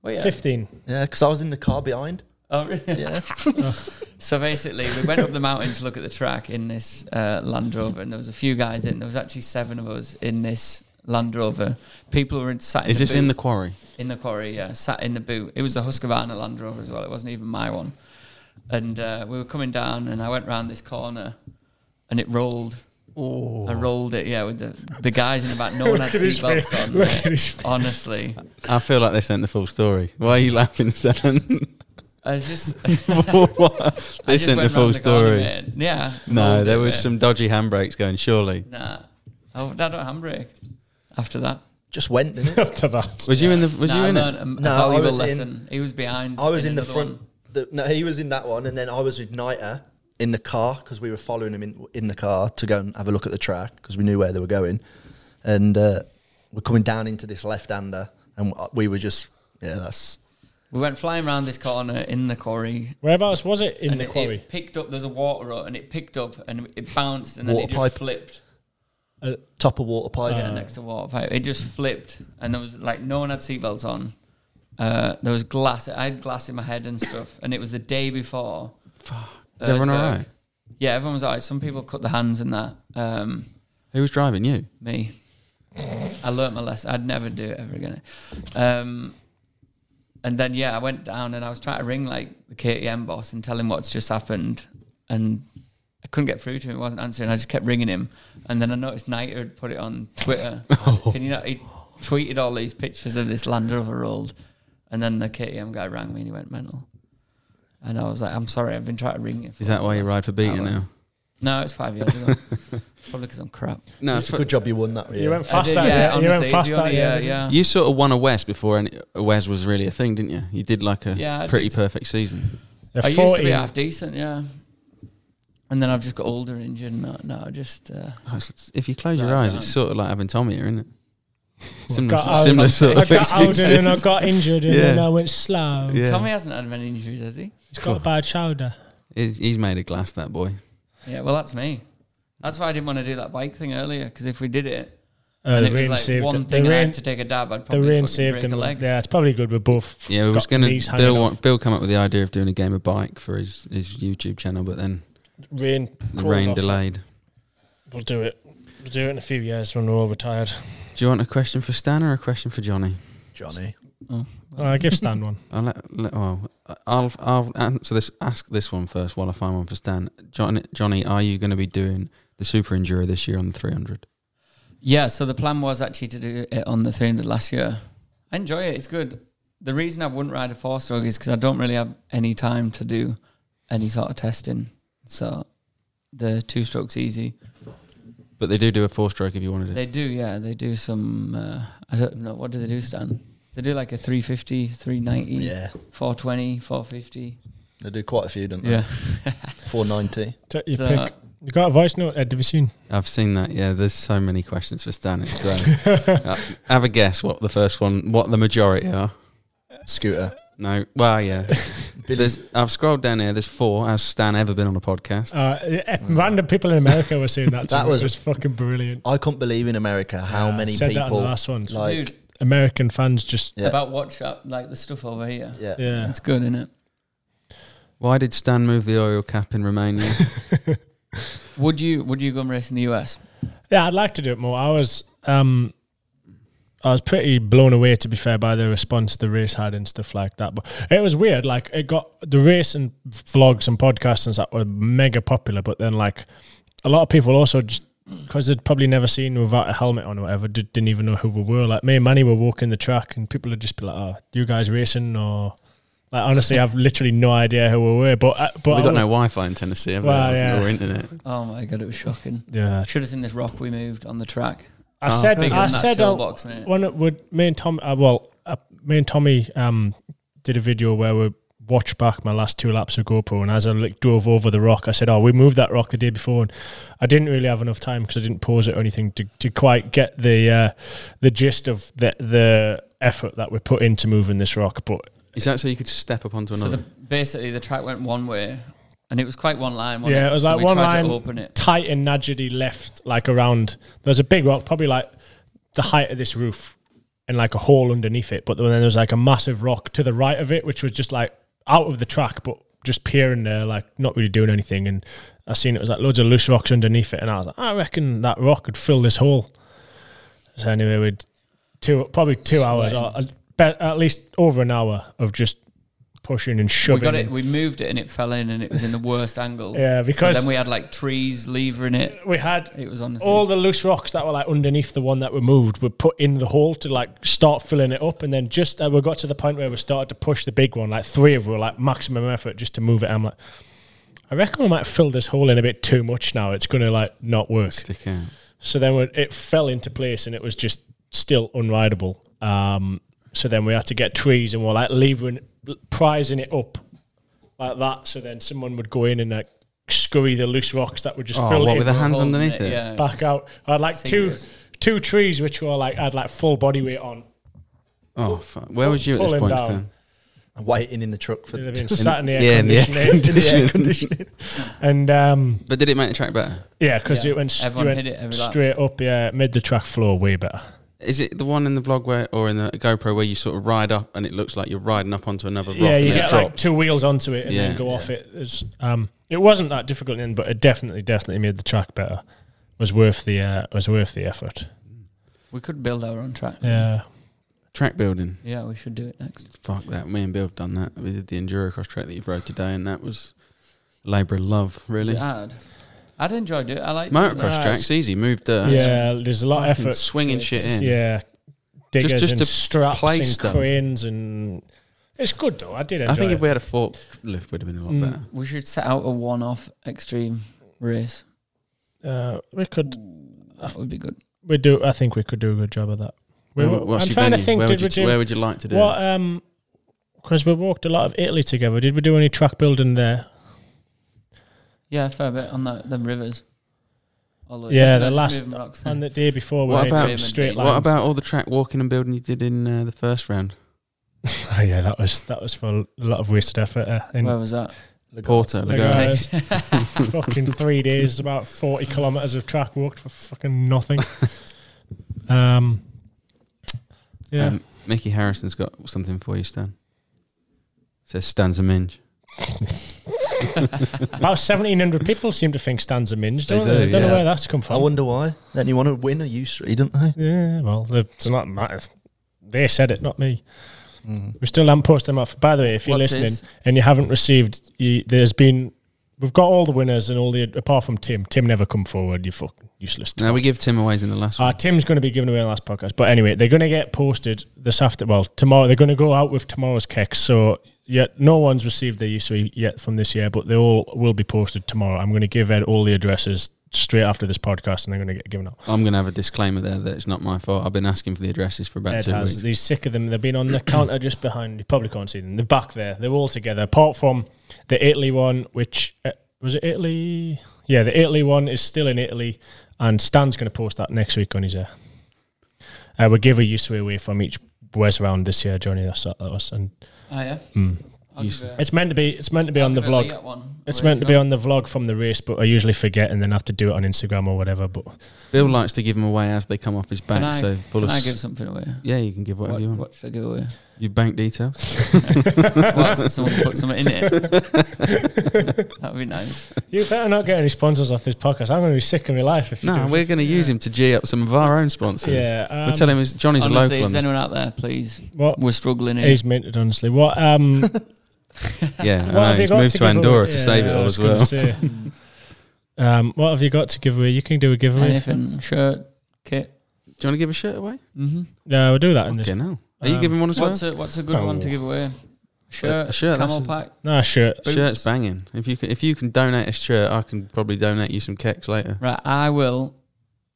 Well, yeah.
Fifteen.
Yeah, because I was in the car behind.
Oh, really?
Yeah.
So basically, we went up the mountain to look at the track in this uh, Land Rover, and there was a few guys in. There was actually seven of us in this Land Rover. People were in, sat. In
Is
the
this Um, in
boot.
the quarry?
in the quarry, yeah, sat in the boot. It was a Husqvarna Land Rover as well. It wasn't even my one. And uh, we were coming down, and I went round this corner, and it rolled. I rolled it, yeah, with the, the guys in the back. No one had
Oh. at his
seatbelts
face.
on.
Look
mate.
at his face.
Honestly,
I feel like they sent the full story. Why are you laughing, Stan?
I was just
What?
I
they
just
sent the
went
full
round corner,
story.
mate. yeah.
no,
rolled
there
it,
was
mate.
some dodgy handbrakes going. Surely.
Nah, oh, I don't handbrake. After that,
Just went, didn't it?
After that,
Was you in the? Was
nah,
you
I
in it?
learned a, a
No, I
valuable
was in-
lesson. he was behind.
I was in the
another
front.
one.
The, no, he was in that one, and then I was with Niter in the car because we were following him in, in the car to go and have a look at the track because we knew where they were going. And uh, we're coming down into this left-hander, and we were just yeah, that's
We went flying round this corner in the quarry,
whereabouts was it in
and
the
it,
quarry?
It picked up. There's a water rut, and it picked up, and it bounced, and then
Water
it just
pipe.
flipped.
Uh,
top of water
Ah.
pipe.
Yeah, next to water pipe, it just flipped, and there was like no one had seatbelts on. Uh, there was glass. I had glass in my head and stuff, and it was the day before.
Is everyone
Erzberg.
alright?
Yeah, everyone was alright. Some people cut their hands and that. Um,
Who was driving you?
me. I learnt my lesson. I'd never do it ever again. Um, and then yeah, I went down and I was trying to ring like the KTM boss and tell him what's just happened, and I couldn't get through to him. He wasn't answering. I just kept ringing him, and then I noticed Niter had put it on Twitter.
Oh.
Can you know he tweeted all these pictures of this Land Rover rolled, and then the KTM guy rang me and he went mental. And I was like, I'm sorry, I've been trying to ring you. For
Is that why you
the last
ride for beating
hour."
now?
No, it's five years ago. Probably because I'm crap.
No,
It's a good job you won that.
You
yeah.
went fast
I did,
that
yeah,
year. You went
honestly, it's
fast
the
that
only- uh,
year.
yeah,
didn't you?
yeah.
You sort of won a West before any, a Wes was really a thing, didn't you? You did like a
Yeah, I
pretty
did.
perfect season.
Yeah,
I used to
14.
be half decent, yeah. And then I've just got older, injured. and No, no, I just uh,
Oh, it's- If you close your
Right,
eyes,
right.
it's sort of like having Tommy here, isn't it? Similar,
Got out-
similar sort
I
of
got older
excuses.
and I got injured and
Yeah.
then I went slow.
Yeah.
Tommy hasn't had many injuries, has he?
He's got a bad shoulder.
He's, he's made of glass, that boy.
Yeah, well, that's me. That's why I didn't want to do that bike thing earlier because if we did it,
Uh,
and
the
it was
rain
like
saved
one
him.
thing
the
and I
rain,
had to take a dab, I'd
the
probably
rain
fucking
saved
break
him.
a leg.
Yeah, it's probably good. We're both
Yeah, we was
got
gonna
knees hanging
Bill.
off.
want- Bill come up with the idea of doing a game of bike for his, his YouTube channel, but then
rain
the
called
rain
off.
delayed.
We'll do it. We'll do it in a few years when we're all retired.
Do you want a question for Stan or a question for Johnny?
Johnny.
Oh,
I give Stan one.
I'll Uh, let, let- well, I'll I'll answer this. Ask this one first while I find one for Stan. Johnny, Johnny, are you going to be doing the Super Enduro this year on the 300?
Yeah, so the plan was actually to do it on the 300 last year. I enjoy it, it's good. The reason I wouldn't ride a four stroke is because I don't really have any time to do any sort of testing. So the two strokes easy.
But they do do a four stroke if you wanted it.
They do, yeah, they do some, uh, I don't know, what do they do, Stan? They do like a 350, 390,
Yeah,
420, 450.
they do quite a few, don't they?
Yeah.
490.
Take your
So- uh,
pick. You got a voice note, Ed? Have you seen?
I've seen that. Yeah, there's so many questions for Stan. It's great. uh, have a guess what the first one, what the majority are.
Scooter.
No, well, yeah. there's, I've scrolled down here. There's four. Has Stan ever been on a podcast?
Uh, eh, random people in America were saying that. To
That
me.
was-
it was fucking brilliant.
I couldn't believe in America how
Yeah, I
many
said that in
people
the last one.
like
Dude,
American fans just
Yeah.
about watch up, like the stuff over here.
yeah.
yeah.
It's good, isn't it?
Why did Stan move the oil cap in Romania?
Would you would you go and race in the US?
Yeah, I'd like to do it more. I was um I was pretty blown away to be fair by the response the race had and stuff like that. But it was weird, like it got the race and vlogs and podcasts and that were mega popular, but then like a lot of people also just because they'd probably never seen me without a helmet on or whatever, did, didn't even know who we were. Like me and Manny were walking the track, and people would just be like, "Oh, you guys racing?" Or like honestly, I've literally no idea who we were. But I- but
They've
I
got no
would-
Wi-Fi in Tennessee, have
Well,
they?
yeah.
Or internet.
Oh my god, it was shocking.
yeah,
Should have seen this rock we moved on the track.
I
Oh,
said,
bigger
I
than that
said, uh,
toolbox, mate.
when it would me and Tom, uh, well, uh, me and Tommy um, did a video where we watched back my last two laps of GoPro, and as I like, drove over the rock, I said, "Oh, we moved that rock the day before," and I didn't really have enough time because I didn't pause it or anything to, to quite get the uh, the gist of the the effort that we put into moving this rock. But
Is that so you could step up onto
So
another?
the, basically, the track went one way, and it was quite one line. Wasn't
yeah, it was
So
like
we
one
tried
line
to open it.
tight and nudgety left, like around. There's a big rock, probably like the height of this roof, and like a hole underneath it. But then there was like a massive rock to the right of it, which was just like out of the track, but just peering there, like not really doing anything. And I seen it was like loads of loose rocks underneath it, and I was like, "Ah, I reckon that rock could fill this hole. So anyway, we'd two probably two hours, or a- be- at least over an hour of just pushing and
We
shoving.
got it. We moved it, and it fell in, and it was in the worst angle.
Yeah, because-
so then we had like trees levering it.
we had
It was honestly
all the loose rocks that were like underneath the one that we moved were put in the hole to like start filling it up and then just uh, we got to the point where we started to push the big one like three of them were like maximum effort just to move it i'm like i reckon we might fill this hole in a bit too much now it's gonna like not work
stick out.
so then we- it fell into place and it was just still unrideable. Um, so then we had to get trees and we're like levering, prizing it up like that. So then someone would go in and like scurry the loose rocks that would just
Oh,
fill
what
it
with the
in
hands
Hole in
underneath it?
Yeah,
back out. I had like two
Singers.
two trees which were like I had like full body weight on.
Oh, fuck. where was you at this
Pulling
point,
down.
Stan?
Waiting in the truck for
They'd have been sat in the air
yeah, in the air
conditioning.
conditioning.
and um,
But did it make the track better?
yeah, because
Yeah.
it went, s-
Everyone
you went
hit it every lap.
straight up. Yeah, it made the track floor way better.
Is it the one in the vlog where, or in the GoPro where you sort of ride up and it looks like you're riding up onto another rock?
Yeah,
and
you
it
get
drops?
like two wheels onto it and
Yeah.
then go off it. It's, um, it wasn't that difficult in, but it definitely, definitely made the track better. Was worth the uh, was worth the effort.
we could build our own
Mm.
track.
Yeah,
track building.
Yeah, we should do it next.
Fuck that. Me and Bill have done that. We did the Endurocross track that you've rode today, and that was a labour of love,
Is
really.
it hard? I'd enjoy doing it. I like
Motocross
Nice.
tracks, easy. Move dirt.
yeah. There's a lot of
Fucking
effort.
Swinging shit in.
Yeah, diggers
just
and
to
straps
place
and
them.
cranes and it's good though. I did enjoy.
I think
it.
if we had a fork lift, would have been a lot
Mm.
better.
We should set out a one-off extreme race.
uh, we could
That would be good.
we do. I think we could do a good job of that. We
Where-
were-
what's
I'm
your
trying to
venue?
think.
Where
Did we
would you,
do
where would you like to do
what?
it?
Um, because we walked a lot of Italy together. Did we do any track building there?
Yeah, a fair bit on that, them rivers. All the way-
Yeah,
no,
the
just
last-
moving rocks.
And the day before, we
Hmm. What
made some
about-
straight lines.
What about all the track walking and building you did in uh, the first round?
Oh yeah, that was that was for a lot of wasted effort. Uh, in
Where was that?
Porter, Lagos.
Lagos. fucking three days, about 40 kilometers of track walked for fucking nothing. Um, yeah.
Um, Mickey Harrison's got something for you, Stan. Says Stan's a minge.
about 1,700 people seem to think Stan's a minge,
They
don't they?
do,
don't know
yeah.
where that's come
I
from.
wonder why. Then you want to win a U Street, don't they?
Yeah, well, the- it's not matter. They said it, not me. We still haven't posted them up. By the way, if you're
What's
listening
his?
and you haven't received, you, there's been we've got all the winners and all the apart from Tim. Tim never come forward. You fucking useless.
Now we give Tim aways in the last
Uh,
one.
Tim's going to be giving away the last podcast, but anyway, they're going to get posted this after. Well, tomorrow they're going to go out with tomorrow's kicks. So yet, no one's received their UC yet from this year, but they all will be posted tomorrow. I'm going to give Ed all the addresses straight after this podcast, and they're going to get given out.
I'm going to have a disclaimer there that it's not my fault. I've been asking for the addresses for about
Ed
two
has.
weeks.
He's sick of them. They've been on the counter just behind. You probably can't see them. They're back there. They're all together, apart from the Italy one, which uh, was it Italy? Yeah, the Italy one is still in Italy, and Stan's going to post that next week on his air. Uh, we'll give a useful away from each Wes round this year, Johnny. That's that us, and
Oh yeah.
Hmm.
I'll
You s-
give a-
it's meant to be. It's meant to be
I'll
on the
give a Lee
vlog.
at one.
It's
Where
meant to
he's
be
not.
on the vlog from the race, but I usually forget and then have to do it on Instagram or whatever. But
Bill likes to give them away as they come off his back.
Can I,
so full
can
of
I
s-
give something away?
yeah, you can give whatever
What,
you want.
what should I give away?
Your bank details.
what, so someone put something in it? That'd be nice.
you better not get any sponsors off this podcast. I'm going to be sick of my life if you
no,
do.
we're going to use him to g up some of our own sponsors.
Yeah, um,
we'll tell him he's, Johnny's
Honestly,
a
if there's
local.
anyone out there, please.
What?
We're struggling here.
He's minted, honestly. What? Um,
yeah, I
What have
know.
you
He's
got
moved to,
give
Andorra
away?
to save it
Yeah, I
all
was
as
gonna
well.
say. um, what have you got to give away? You can do a giveaway.
Anything, shirt, kit.
Do you want to give a shirt away?
Mm-hmm.
No, we'll do that. in this-
Okay, no. Are you
Um,
giving one as well?
What's a what's a good one to
Oh.
give away? Shirt,
A shirt,
camel
that's
pack.
No shirt.
boots.
Shirt's banging. If you can, if you can donate a shirt, I can probably donate you some cakes later.
Right, I will.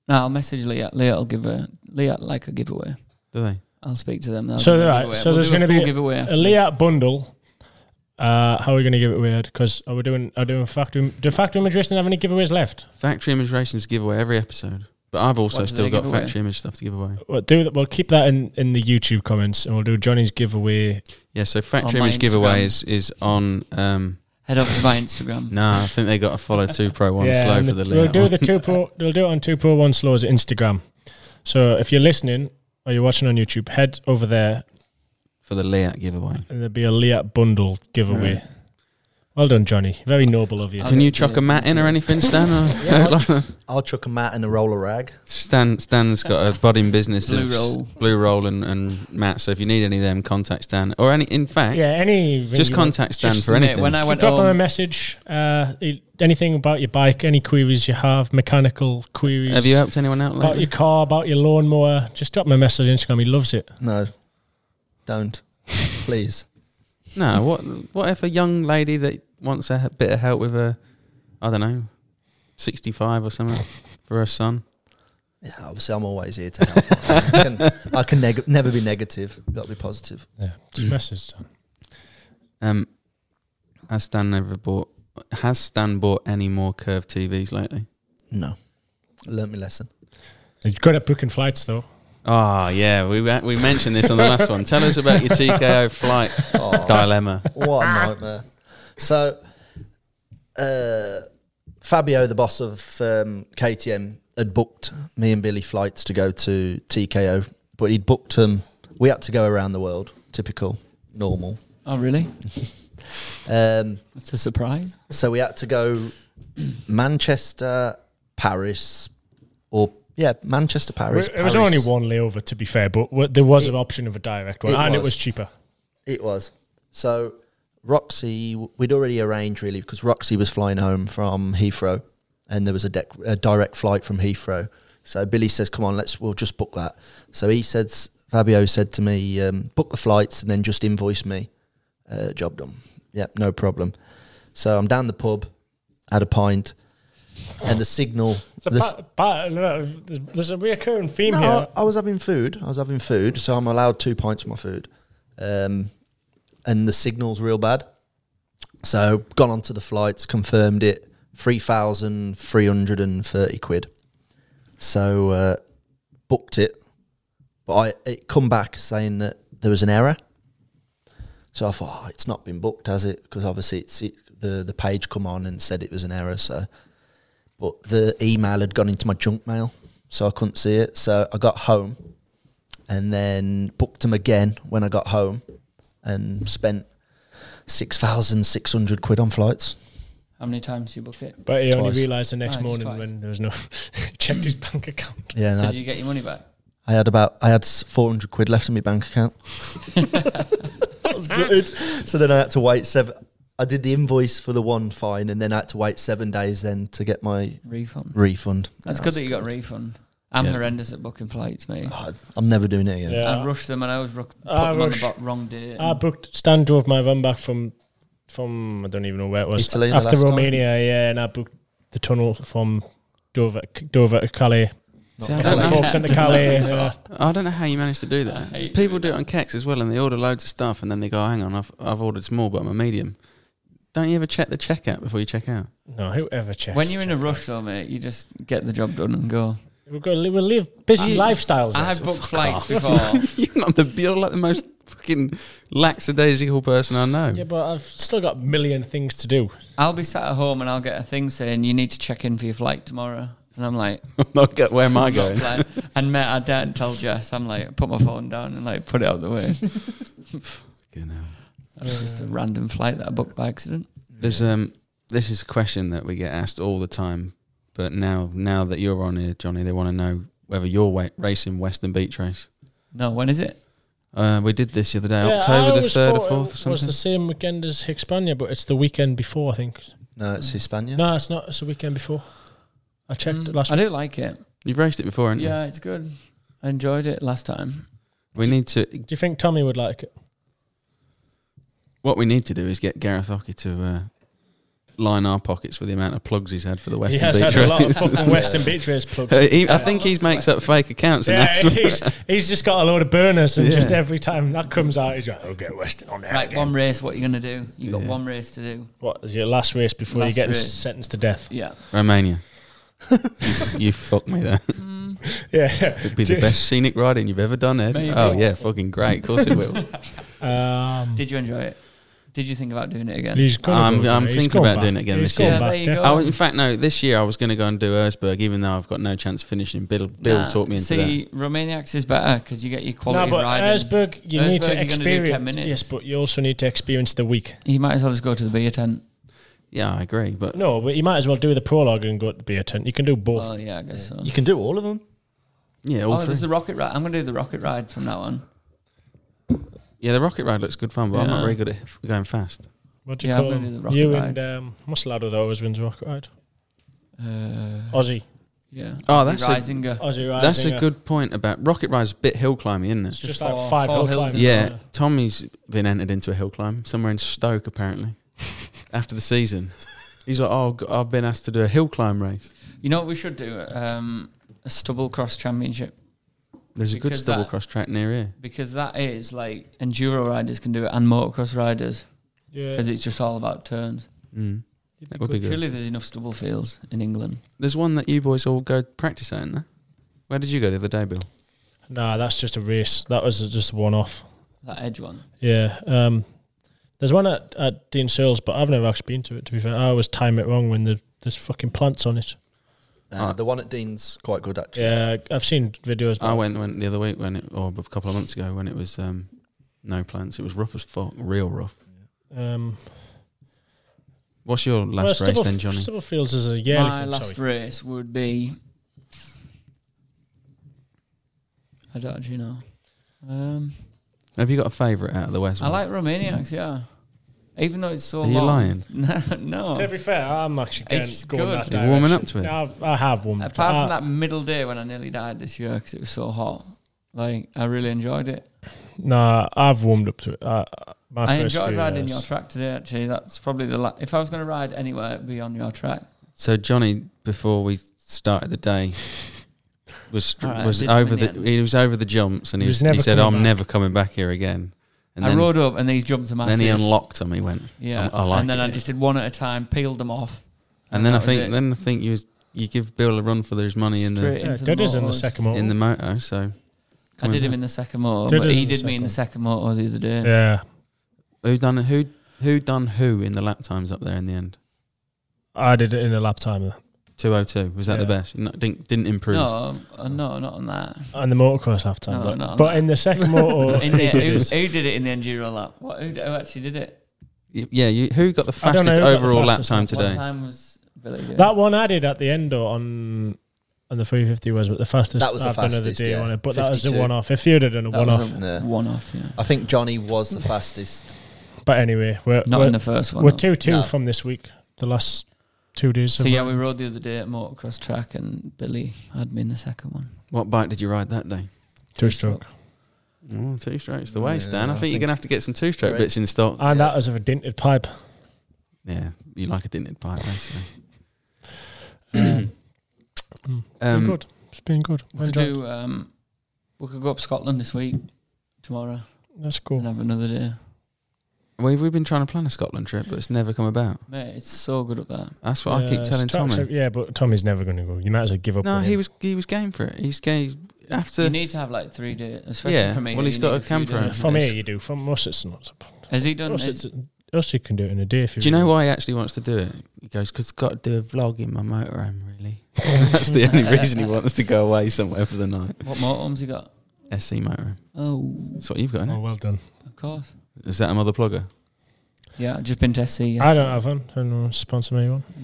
No, I'll message Leah. Leah will give a Leah like a giveaway.
Do they?
I'll speak to them. they'll
So
give a
right,
giveaway.
so
We'll
there's
do a
gonna
full
be
giveaway.
A
afterwards.
Liat bundle. Uh, how are we going to give it away? Because are we doing? Are we doing factory? Do factory image racing have any giveaways left?
Factory Image Racing's giveaway every episode, but I've also
What do
still
they
got
give away?
Factory Image stuff to give away.
We'll do that. We'll keep that in in the YouTube comments, and we'll do Johnny's giveaway.
Yeah, so Factory
my
Image giveaway
Instagram.
is, is on. Um,
Head over to my Instagram.
nah, I think they got a follow two pro one slow
and
for
the-
the
we'll
layout
do
one.
the two pro. We'll do it on two pro one slows Instagram. So if you're listening or you're watching on YouTube, head over there
for the layout giveaway.
And there'd be a Liat bundle giveaway. Well done, Johnny. Very noble of you.
I'll
Can
get
you
the
chuck a mat in or
details.
anything, Stan? Or-
I'll chuck a mat and a roll of rag.
Stan Stan's got a budding business
Blue
of s-
roll.
blue roll and, and mat. So if you need any of them, contact Stan or any. In fact,
yeah, any
just contact Stan
Just
for
mate,
anything.
When I went
Drop him a
home,
message. Uh, e- anything about your bike, any queries you have, mechanical queries.
Have you helped anyone out?
about
lately?
your car, about your lawnmower? Just drop him a message on Instagram. He loves it.
No, don't. Please.
No, what what if a young lady that wants a h- bit of help with a, I don't know, sixty five or something for her son?
Yeah, obviously, I'm always here to help. I can, I can neg- never be negative. Got to be positive.
Yeah, just message Stan.
Um, has Stan ever bought? Has Stan bought any more curved TVs lately?
No. Learned my lesson.
He's good at booking flights though.
Oh, yeah, we wa- we mentioned this on the last one. Tell us about your TKO flight dilemma.
What a nightmare. So, uh, Fabio, the boss of um, KTM, had booked me and Billy flights to go to TKO, but he'd booked them. We had to go around the world, typical, normal.
oh really?
Um,
It's a surprise.
so we had to go Manchester, Paris, or yeah, Manchester, Paris.
It was
Paris.
only one layover, to be fair, but w- there was an option of a direct one,
it
and it
was.
was cheaper.
It was. So Roxy, we'd already arranged really because Roxy was flying home from Heathrow, and there was a, dec- a direct flight from Heathrow. So Billy says, "Come on, let's we'll just book that." So he said, Fabio said to me, um, "Book the flights and then just invoice me." Uh, job done. Yep, no problem. So I'm down the pub, had a pint, and the signal.
It's a
the s-
pa- pa- no, there's, there's a reoccurring theme
no,
here.
I, I was having food. I was having food, so I'm allowed two pints of my food. Um, and the signal's real bad. So gone onto the flights, confirmed it, three thousand three hundred and thirty quid. So uh, booked it, but I it come back saying that there was an error. So I thought, oh, it's not been booked, has it? Because obviously it's it, the the page come on and said it was an error. So, but the email had gone into my junk mail, so I couldn't see it. So I got home, and then booked them again when I got home, and spent six thousand six hundred quid on flights.
How many times you book it?
But he
Twice.
only realised the next
Ah, just
morning
twice.
when there was no checked his bank account.
Yeah, and
So
I-
did you get your money back?
I had about I had four hundred quid left in my bank account. that was good. So then I had to wait seven. I did the invoice for the one fine, and then I had to wait seven days then to get my
Refund.
refund.
That's
That
good
was
that you got a refund. I'm
Yeah.
horrendous at booking flights, mate.
God, I'm never doing it again.
Yeah.
I rush them and I always ruck, put
I
them on the
rush-
bo- wrong date.
I booked Stan drove my van back from from I don't even know where it was
Italy the
after
last time?
Romania. Yeah, and I booked the tunnel from Dover Dover to Calais.
See, I
From
don't
Folks
know.
into Calais. yeah.
I don't know how you manage to do that.
I hate
People
doing
do it on Kex as well, and they order loads of stuff, and then they go, "Hang on, I've I've ordered small, but I'm a medium." Don't you ever check the checkout before you check out?
No, whoever checks.
When you're in a rush, though, mate, you just get the job done and go.
we've got to live, we live busy
I-
lifestyles.
I
Ed.
booked flights
off.
before.
you're not the you're like the most fucking lackadaisical person I know.
yeah, but I've still got a million things to do.
I'll be sat at home and I'll get a thing saying you need to check in for your flight tomorrow, and I'm like,
Not go- where am I going?
like and mate, I don't tell Jess. I'm like, put my phone down and like put it out the way.
Fucking hell.
That was just a random flight that I booked by accident.
There's um this is a question that we get asked all the time, but now now that you're on here, Johnny, they want to know whether you're wa- racing Western Beach Race.
No, when is it?
Uh, we did this the other day,
Yeah, I
October the
always
third or
thought
fourth or
It was
something.
the same weekend as Hispania, but it's the weekend before, I think.
No, it's Hispania.
No, it's not. It's the weekend before. I checked it last
Mm, I do like it.
You've raced it before, haven't you?
Yeah, it's good. I enjoyed it last time.
We need to.
Do you think Tommy would like it?
What we need to do is get Gareth Hockey to uh, line our pockets for the amount of plugs he's had for the Western
he has
Beach
had
Race.
a lot of fucking Western Beach race plugs.
Uh, he, I think he makes up fake accounts. And
Yeah,
that's
he's, he's just got a load of burners, and
Yeah.
just every time that comes out, he's like, "I'll get Western on there."
Right,
again."
one race. What you gonna do? You got
Yeah.
one race to do.
What is your last race before you
Last
get
race.
sentenced to death?
Yeah.
Romania. you, you fucked me there.
Mm. Yeah.
It'd be the best scenic riding you've ever done, Ed.
Maybe.
Oh yeah, fucking great. Of course it will.
Um,
Did you enjoy it? Did you think about doing it again?
he's gonna
I'm-
go
I'm
back. He's
thinking
going
about
back.
doing it again
He's
this
going
year. Yeah,
back,
there you
definitely.
go.
Oh, in fact, no. This year I was going to go and do Erzberg, even though I've got no chance of finishing. Bill, Bill
Nah,
taught me into
See, Romaniacs is better because you get your
No,
quality
but
riding.
Erzberg, you need to
Erzberg, you're gonna do 10
experience.
minutes.
Yes, but you also need to experience the week.
You might as well just go to the beer tent.
that. Yeah, I agree.
Oh,
But
No, but you might as well do the prologue and go to the beer tent. You can do both.
Well, yeah, I guess so.
You can do all of them.
yeah, all
Oh,
three.
there's the rocket ride. I'm gonna do the rocket ride from now on.
yeah, the rocket ride looks good fun, but I'm not
Yeah.
very good at f- going fast.
what do you
yeah, I'm
call
gonna do the
him?
rocket
You
ride.
and um, what's the lad with always wins rocket ride?
Uh,
Aussie.
yeah.
Oh,
Is it
that's a-
Reisinger.
Aussie ride.
Eh, That's a good Oh, point about rocket ride's a bit hill climbing, isn't
It's
it?
just
Just
like
four-
five
four
hill
hills
climbs.
in
Yeah, Tommy's been entered into a hill climb somewhere in Stoke apparently after the season. He's like, oh, g- I've been asked to do a hill climb race.
You know what we should do? Um, a stubble cross championship
There's a good
Because
stubble
that-
cross track near here.
because that is like enduro riders can do it and motocross riders
Yeah.
because it's just all about turns.
Mm. That would be good.
Surely there's enough stubble fields in England.
There's one that you boys all go practice at, isn't there? Where did you go the other day, Bill?
Nah, that's just a race. That was just a one off.
That edge one.
Yeah. Um, there's one at, at Dean Searles, but I've never actually been to it, to be fair. I always time it wrong when the, there's fucking plants on it.
Uh,
Ah.
The one at Dean's quite good actually.
Yeah, I've seen videos.
I
But
went went the other week when it, or a couple of months ago when it was um, no plants. It was rough as fuck, real rough.
um,
What's your last
well,
race
Stubble-
then, Johnny?
Stubble Fields is a yearly
My
thing,
last
sorry.
race would be. I don't actually know. Um,
Have you got a favourite out of the West?
I
one?
like Romaniacs, yeah. Even though it's so
Are you
long.
lying?
no,
To be fair, I'm actually getting,
It's
going
good.
that
You're warming
direction.
up to it.
I've, I have
Mm.
warmed up. Uh,
Apart from
I-
that middle day when I nearly died this year because it was so hot. Like, I really enjoyed it.
Nah, I've warmed up to it. Uh, my
I
first
enjoyed
few
riding your
years.
track today, actually. That's probably the la- If I was going to ride anywhere, it'd be on your track.
So Johnny, before we started the day, was str-
Alright, I
was
did them
over
in the
the,
end.
he was over the jumps and
He
he,
was
was, he
never
said,
coming
"I'm
back."
never coming back here again." And
I
then,
rode up and these jumps are massive.
then he unlocked them. He went,
yeah,
I, I like
and then
it.
I just did one at a time, peeled them off.
and then
that
I
was
think
it.
then I think you was- you give Bill a run for his money in the
Straight
Yeah,
into
Dudder's in the
motos.
second one.
in the moto. So
I did him in the second moto,
Did
but
it
he
in the
did me in the second moto the other day.
yeah.
Who done who? Who done who in the lap times up there in the end?
I did it in a lap timer.
Two oh two was that the
Yeah.
best? No, didn't didn't improve.
No, uh, no, not on that.
And the motocross half time.
No,
but
no,
but
no.
in the second moto,
In the,
he did
who,
his-
who did it in the enduro lap? What, who, who actually did it?
Y- Yeah, you, who got the
I
fastest
don't know who got the
overall
fastest
lap time
lap
One
today?
time was Billy. doing
that one I did at the end though on on the 350 was the fastest
That was the
I've done of
fastest,
the day
yeah.
on it. But that was a
52.
one off. If you'd have done a
That
one
was
off,
a
Yeah.
One off. Yeah.
I think Johnny was the fastest.
but anyway, we're
Not
we're,
in the first one.
we're
though.
two two
No.
from this week. The last two days.
So
of
yeah,
it.
we rode the other day at motocross track, and Billy had me in the second one.
What bike did you ride that day?
two stroke.
Oh, two strokes the way, Stan. I
Yeah, I
think, you're
think-
gonna have to get some two stroke
Right.
bits in stock.
And that was of a dented pipe.
yeah, you like a dinted pipe, basically.
Mm. been
Um,
good. It's been good.
We could
Enjoyed.
do. Um, we could go up Scotland this week, tomorrow,
That's
and
cool.
have another day.
we've we've been trying to plan a Scotland trip, but it's never come about.
Mate, it's so good up there.
That's what I
Yeah,
keep
it's
telling
tracks-
Tommy.
yeah, but Tommy's never going to go. You might as well give up.
No,
on
he
him.
was he was game for it. He's game after.
you need to have like three days, especially
Yeah,
for me.
well,
you
he's got
need
a
few
camper
days.
van.
From here, you do. From us, it's not.
Has he done?
Us,
Has,
it's, us, you can do it in a day if you.
do you know
really-
why he actually wants to do it? He goes, "Cause I've got to do a vlog in my motorhome." Really, that's the only reason he wants to go away somewhere for the night.
what motorhome's he got?
SC motorhome.
Oh,
That's what you've got,
Oh,
innit?
well done.
of course.
Is that another plugger?
Yeah, I've just been to E, SC.
I don't have one. I don't want to sponsor me one.
Do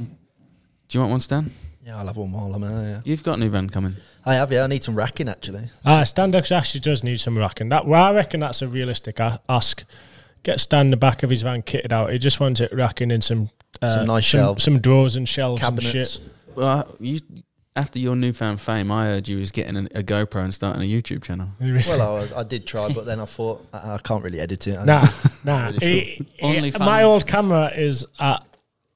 you want one, Stan?
Yeah, I'll have one while I'm there. Yeah.
You've got a new van coming.
I have. Yeah, I need some racking actually.
Ah, Standox actually does need some racking. That well, I reckon that's a realistic a- ask. Get Stan the back of his van kitted out. He just wants it racking in some uh,
Some nice
some,
shelves.
some drawers and shelves and
Cabinets.
shit.
Well, you after your newfound fame, I heard you was getting an, a GoPro and starting a YouTube channel.
Well, I, I did try, but then I thought I, I can't really edit it. I
Nah, nah. He- he- my
Only fans.
old camera is at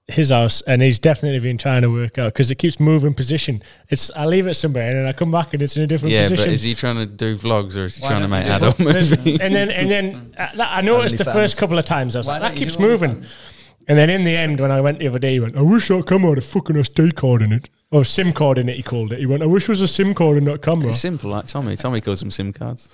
his house, and he's definitely been trying to work out because it keeps moving position. It's I leave it somewhere, and then I come back, and it's in a different
Yeah,
position.
but is he trying to do vlogs or is he
Why
trying to
don't
make
you do
adult
There's-
movies?
and then and then uh, that, I noticed the
OnlyFans.
first couple of times I was
Why
like, that
don't you
keeps
do
moving.
OnlyFans?
And then in the end, when I went the other day, he went, I wish that camera had a fucking SD card in it. Or SIM card in it, he called it. He went, I wish there was a SIM card in that camera.
It's simple, like Tommy. Thick as fuck. Tommy calls them SIM cards.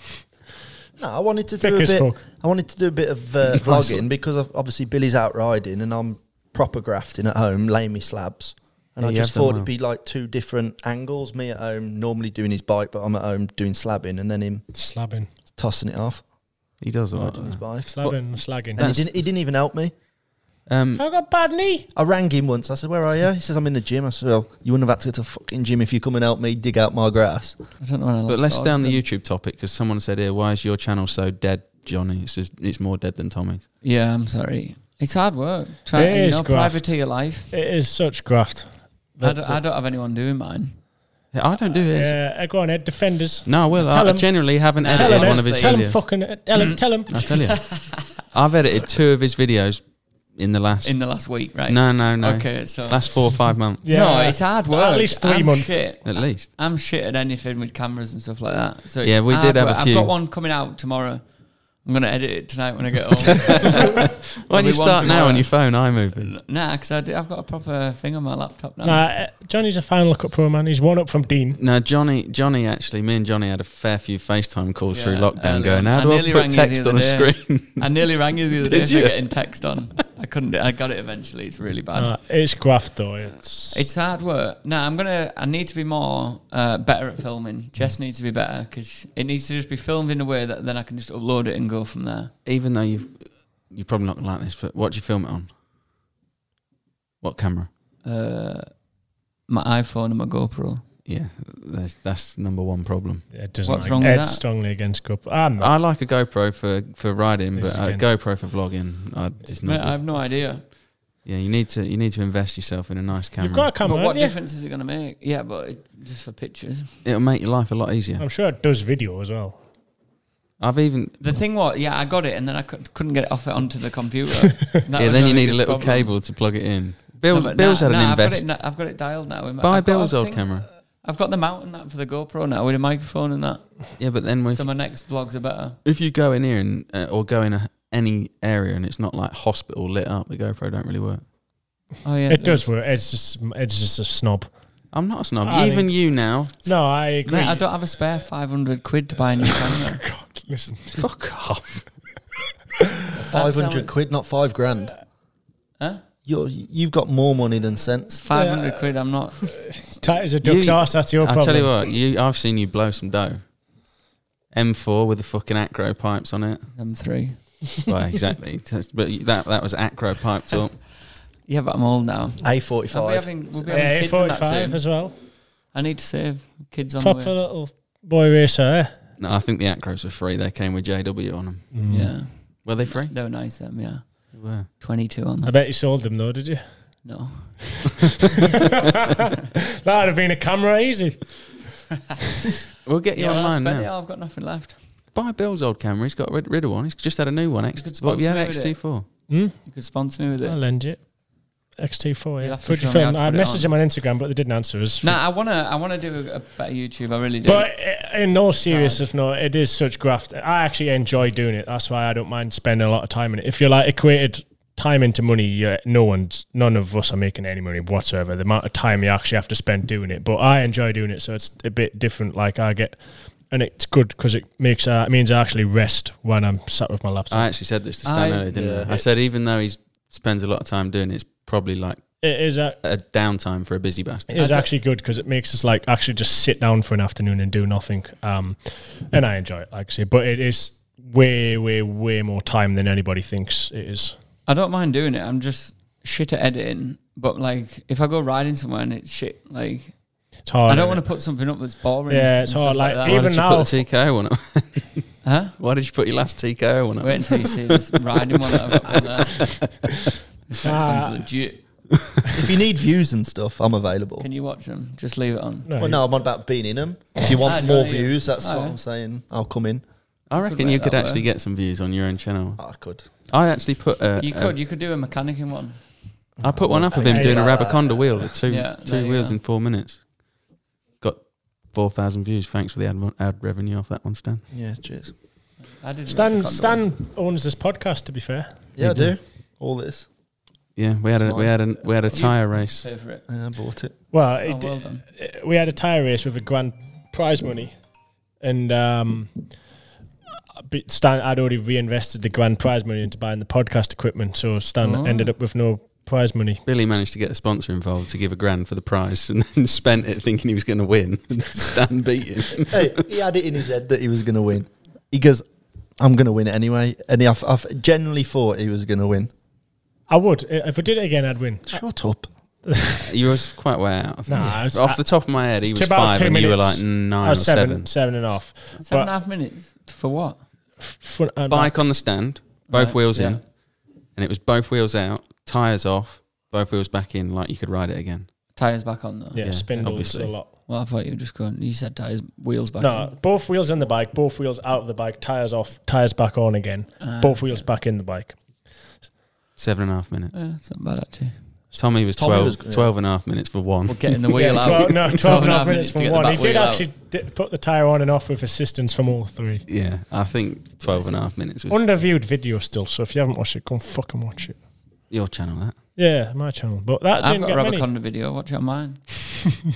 No, I wanted to
Thick
do a
as
bit.
fuck.
I wanted to do a bit of uh, vlogging because I've, obviously Billy's out riding and I'm proper grafting at home, laying me slabs. And
Yeah,
I
you
just
have done
thought
well.
it'd be like two different angles: me at home normally doing his bike, but I'm at home doing slabbing, and then him
Slabbing,
tossing it off
He does a lot.
riding his
Ah.
bike.
slabbing, slagging.
And he didn't, he didn't even help me.
Um,
I got bad knee.
I rang him once. I said, "Where are you?" He says, "I'm in the gym." I said, "Well, you wouldn't have had to go to the fucking gym if you come and help me dig out my grass."
I don't know. When I
but
last
let's
saw
down the
them.
YouTube topic because someone said here, why is your channel so dead, Johnny? It's just, it's more dead than Tommy's.
Yeah, I'm sorry. It's hard work. Try
It
you
is
know,
graft.
privateer your life.
It is such graft.
I don't, I don't have anyone doing mine.
Yeah, I don't do it.
Yeah, uh, go on, Ed, defenders.
No, I will.
Tell
I, I
him.
generally haven't
Tell
edited
him,
one
Ed,
of his
tell him
videos.
fucking, Ed, tell
Mm.
him, tell him.
I tell you, I've edited two of his videos in the last.
In the last week, right?
no, no, no.
Okay, so
Last four or five months
Yeah.
no, it's hard work.
At least 3
I'm
months.
Shit.
at least.
I'm shit at anything with cameras and stuff like that. So it's
Yeah, we
hard
did have a
work.
few.
I've got one coming out tomorrow. I'm gonna edit it tonight when I get home.
Why do
we
you
want
start
to
now on
know.
your phone? iMovie.
nah, because I've got a proper thing on my laptop now.
Nah, uh, Johnny's a final cut pro man. He's one up from Dean.
No, Johnny. Johnny actually, me and Johnny had a fair few FaceTime calls through
Yeah,
lockdown.
earlier.
Going, how
I
do I
nearly
put
rang you the
text on a
other day.
screen?
I nearly rang you the other day
Did
for
you?
getting text on. I couldn't. do- I got it eventually. It's really bad.
Uh, it's graft though. It's
It's hard work. No, I'm gonna. I need to be more uh, better at filming. Jess needs to be better because it needs to just be filmed in a way that then I can just upload it and go from there.
Even though you've, you're probably not gonna like this, but what do you film it on? What camera?
Uh, my iPhone and my GoPro.
Yeah, that's, that's number one problem.
it doesn't
What's
like
wrong with
Ed's
that?
strongly against cup. I'm not.
I like a GoPro for, for riding,
This
but a
again.
GoPro for vlogging, I just
Mate,
not.
I have no idea.
yeah, you need to you need to invest yourself in a nice camera.
You've got a camera.
but what
haven't you?
difference is it gonna make? Yeah, but it, just for pictures.
It'll make your life a lot easier.
I'm sure it does video as well.
I've even
The thing was, yeah, I got it, and then I cou- couldn't get it off it onto the computer. That
yeah.
was
Then
my
you need a
biggest
little
problem.
cable to plug it in.
No,
Bill's,
but
Bill's
nah,
had an
nah,
invest.
I've got, it, I've got it dialed now. in my-
Buy
I've got a
Bill's old
thing-
camera.
I've got the mount and that for the GoPro now with a microphone and that.
Yeah, but then with,
So my next vlogs are better.
if you go in here and uh, or go in a, any area and it's not like hospital lit up, the GoPro don't really work.
Oh yeah,
It does work. It's just it's just a snob.
I'm not a snob.
I
even
think-
you now.
No, I agree.
Mate, I don't have a spare 500 quid to buy a new camera.
God, listen.
Fuck off.
I Five
sandwich.
hundred quid, not five grand.
Huh?
You're, you've got more money than sense.
Five hundred quid. I'm not.
Tight as a duck's
You-
arse, that's your
I'll
problem.
tell you what, you, I've seen you blow some dough. M4 with the fucking acro pipes on it.
I'm three.
well, exactly. That's- But you- that that was acro piped up.
Yeah, but I'm old now.
A
I'll be
forty-five.
having, we'll be having
Yeah,
kids and that
45
soon.
as well.
I need to save kids on
Proper
the way.
little boy racer, eh?
No, I think the acros were free. They came with JW on them.
Yeah,
Were they free?
they were nice. Them, um, yeah.
They were.
Twenty-two on
I
them.
bet you sold them though, did you?
No,
That'd have been a camera easy.
We'll get you
yeah, well, I'll
online
spend it.
now.
all. I've got nothing left.
Buy Bill's old camera. He's got rid, rid of one. He's just had a new one. X,
could
what, yeah,
sponsor me with
XT4.
You could sponsor me with it.
I'll lend you. XT4,
You'll
yeah.
have to show me how
Fujifilm.
to
I
put it
messaged him
on.
on Instagram, but they didn't answer us.
Nah, I wanna, I wanna do a, a better YouTube. I really do.
But i- in all seriousness, no, it is such graft. I actually enjoy doing it. That's why I don't mind spending a lot of time in it. If you're like equated time into money, yeah, no one's, none of us are making any money whatsoever. The amount of time you actually have to spend doing it, but I enjoy doing it, so it's a bit different. Like I get, and it's good because it makes, uh, it means I actually rest when I'm sat with my laptop.
I actually said this to Stan
I-
earlier, didn't
Yeah.
I? I said even though he spends a lot of time doing it, it's probably like
it is. A,
a downtime for a busy bastard.
It is actually good because it makes us like actually just sit down for an afternoon and do nothing. Um, and I enjoy it, like I say, but it is way, way, way more time than anybody thinks it is.
I don't mind doing it. I'm just shit at editing. But like, if I go riding somewhere and it's shit, like,
It's hard.
I don't
innit?
want to put something up that's boring.
Oh, Yeah, it's
and stuff
hard, like,
that.
Why
even
did you
now-
put the TKO one up?
huh?
Why did you put your last TKO one up?
Wait until you see this riding one that I've got on there. This next
Ah.
one's legit.
if you need views and stuff, I'm available.
Can you watch them? Just leave it on.
No,
well, no, I'm on about being in them. If you
Ah,
want
no,
more
yeah.
views, that's
Oh,
what
yeah.
I'm saying. I'll come in.
I
Could
reckon
work
you could
that
actually
way.
get some views on your own channel.
I could.
I actually put a,
You
a-
could, you could do a mechanic in one.
I put one up of him
Okay.
doing a Rabaconda wheel, with two
Yeah, there
two
you
wheels
go.
in four minutes. Got four thousand views. Thanks for the ad, ad revenue off that one, Stan.
Yeah, cheers.
I did.
Stan Stan owns this podcast. To be fair,
Yeah, I do. All this.
Yeah, we had a
That's
we had a we had a tire race.
Pay for it.
Yeah, I bought it.
well,
Oh,
it, uh,
well done.
we had a tire race with a grand prize money, and um, but Stan I'd already reinvested the grand prize money into buying the podcast equipment, so Stan
Oh.
ended up with no prize money.
Billy managed to get a sponsor involved to give a grand for the prize, and then spent it thinking he was going to win. Stan beat him.
hey, he had it in his head that he was going to win. He goes, I'm going to win it anyway. And he, I've, I've generally thought he was going to win.
I would if I did it again, I'd win.
Shut up.
You was quite way out. I think.
Nah, I was-
off
I-
the top of my head, he
to
was
about
five,
two
and you were
minutes.
like nine
I
or
was
Oh, seven.
Oh, seven, seven and a half.
Seven and a half minutes for what?
front and
Bike on the stand, both
Right,
wheels
yeah.
in, and it was both wheels out, tires off, both wheels back in, like you could ride it again.
Tires back on though.
yeah,
yeah,
spindles
obviously.
a lot.
Well, I thought you were just going. You said tires, wheels back. on.
No, both wheels in the bike, both wheels out of the bike, tires off, tires back on again,
Ah,
both wheels back in the bike.
Seven and a half minutes.
Yeah, it's not bad actually.
Tommy was
Tommy
12,
was good.
12 and a half minutes for one.
Well, getting the wheel out.
Twelve, no, 12 and a half minutes
to
from
get the
one. He
back
did
wheel out.
actually di put the tire on and off with assistance from all three.
Yeah, I think 12 and a half minutes was
Underviewed video still, so if you haven't watched it, go and fucking watch it.
your channel. That
Yeah, my channel. But that
I've
didn't
got a
get many.
Rabaconda video. Watch it on mine.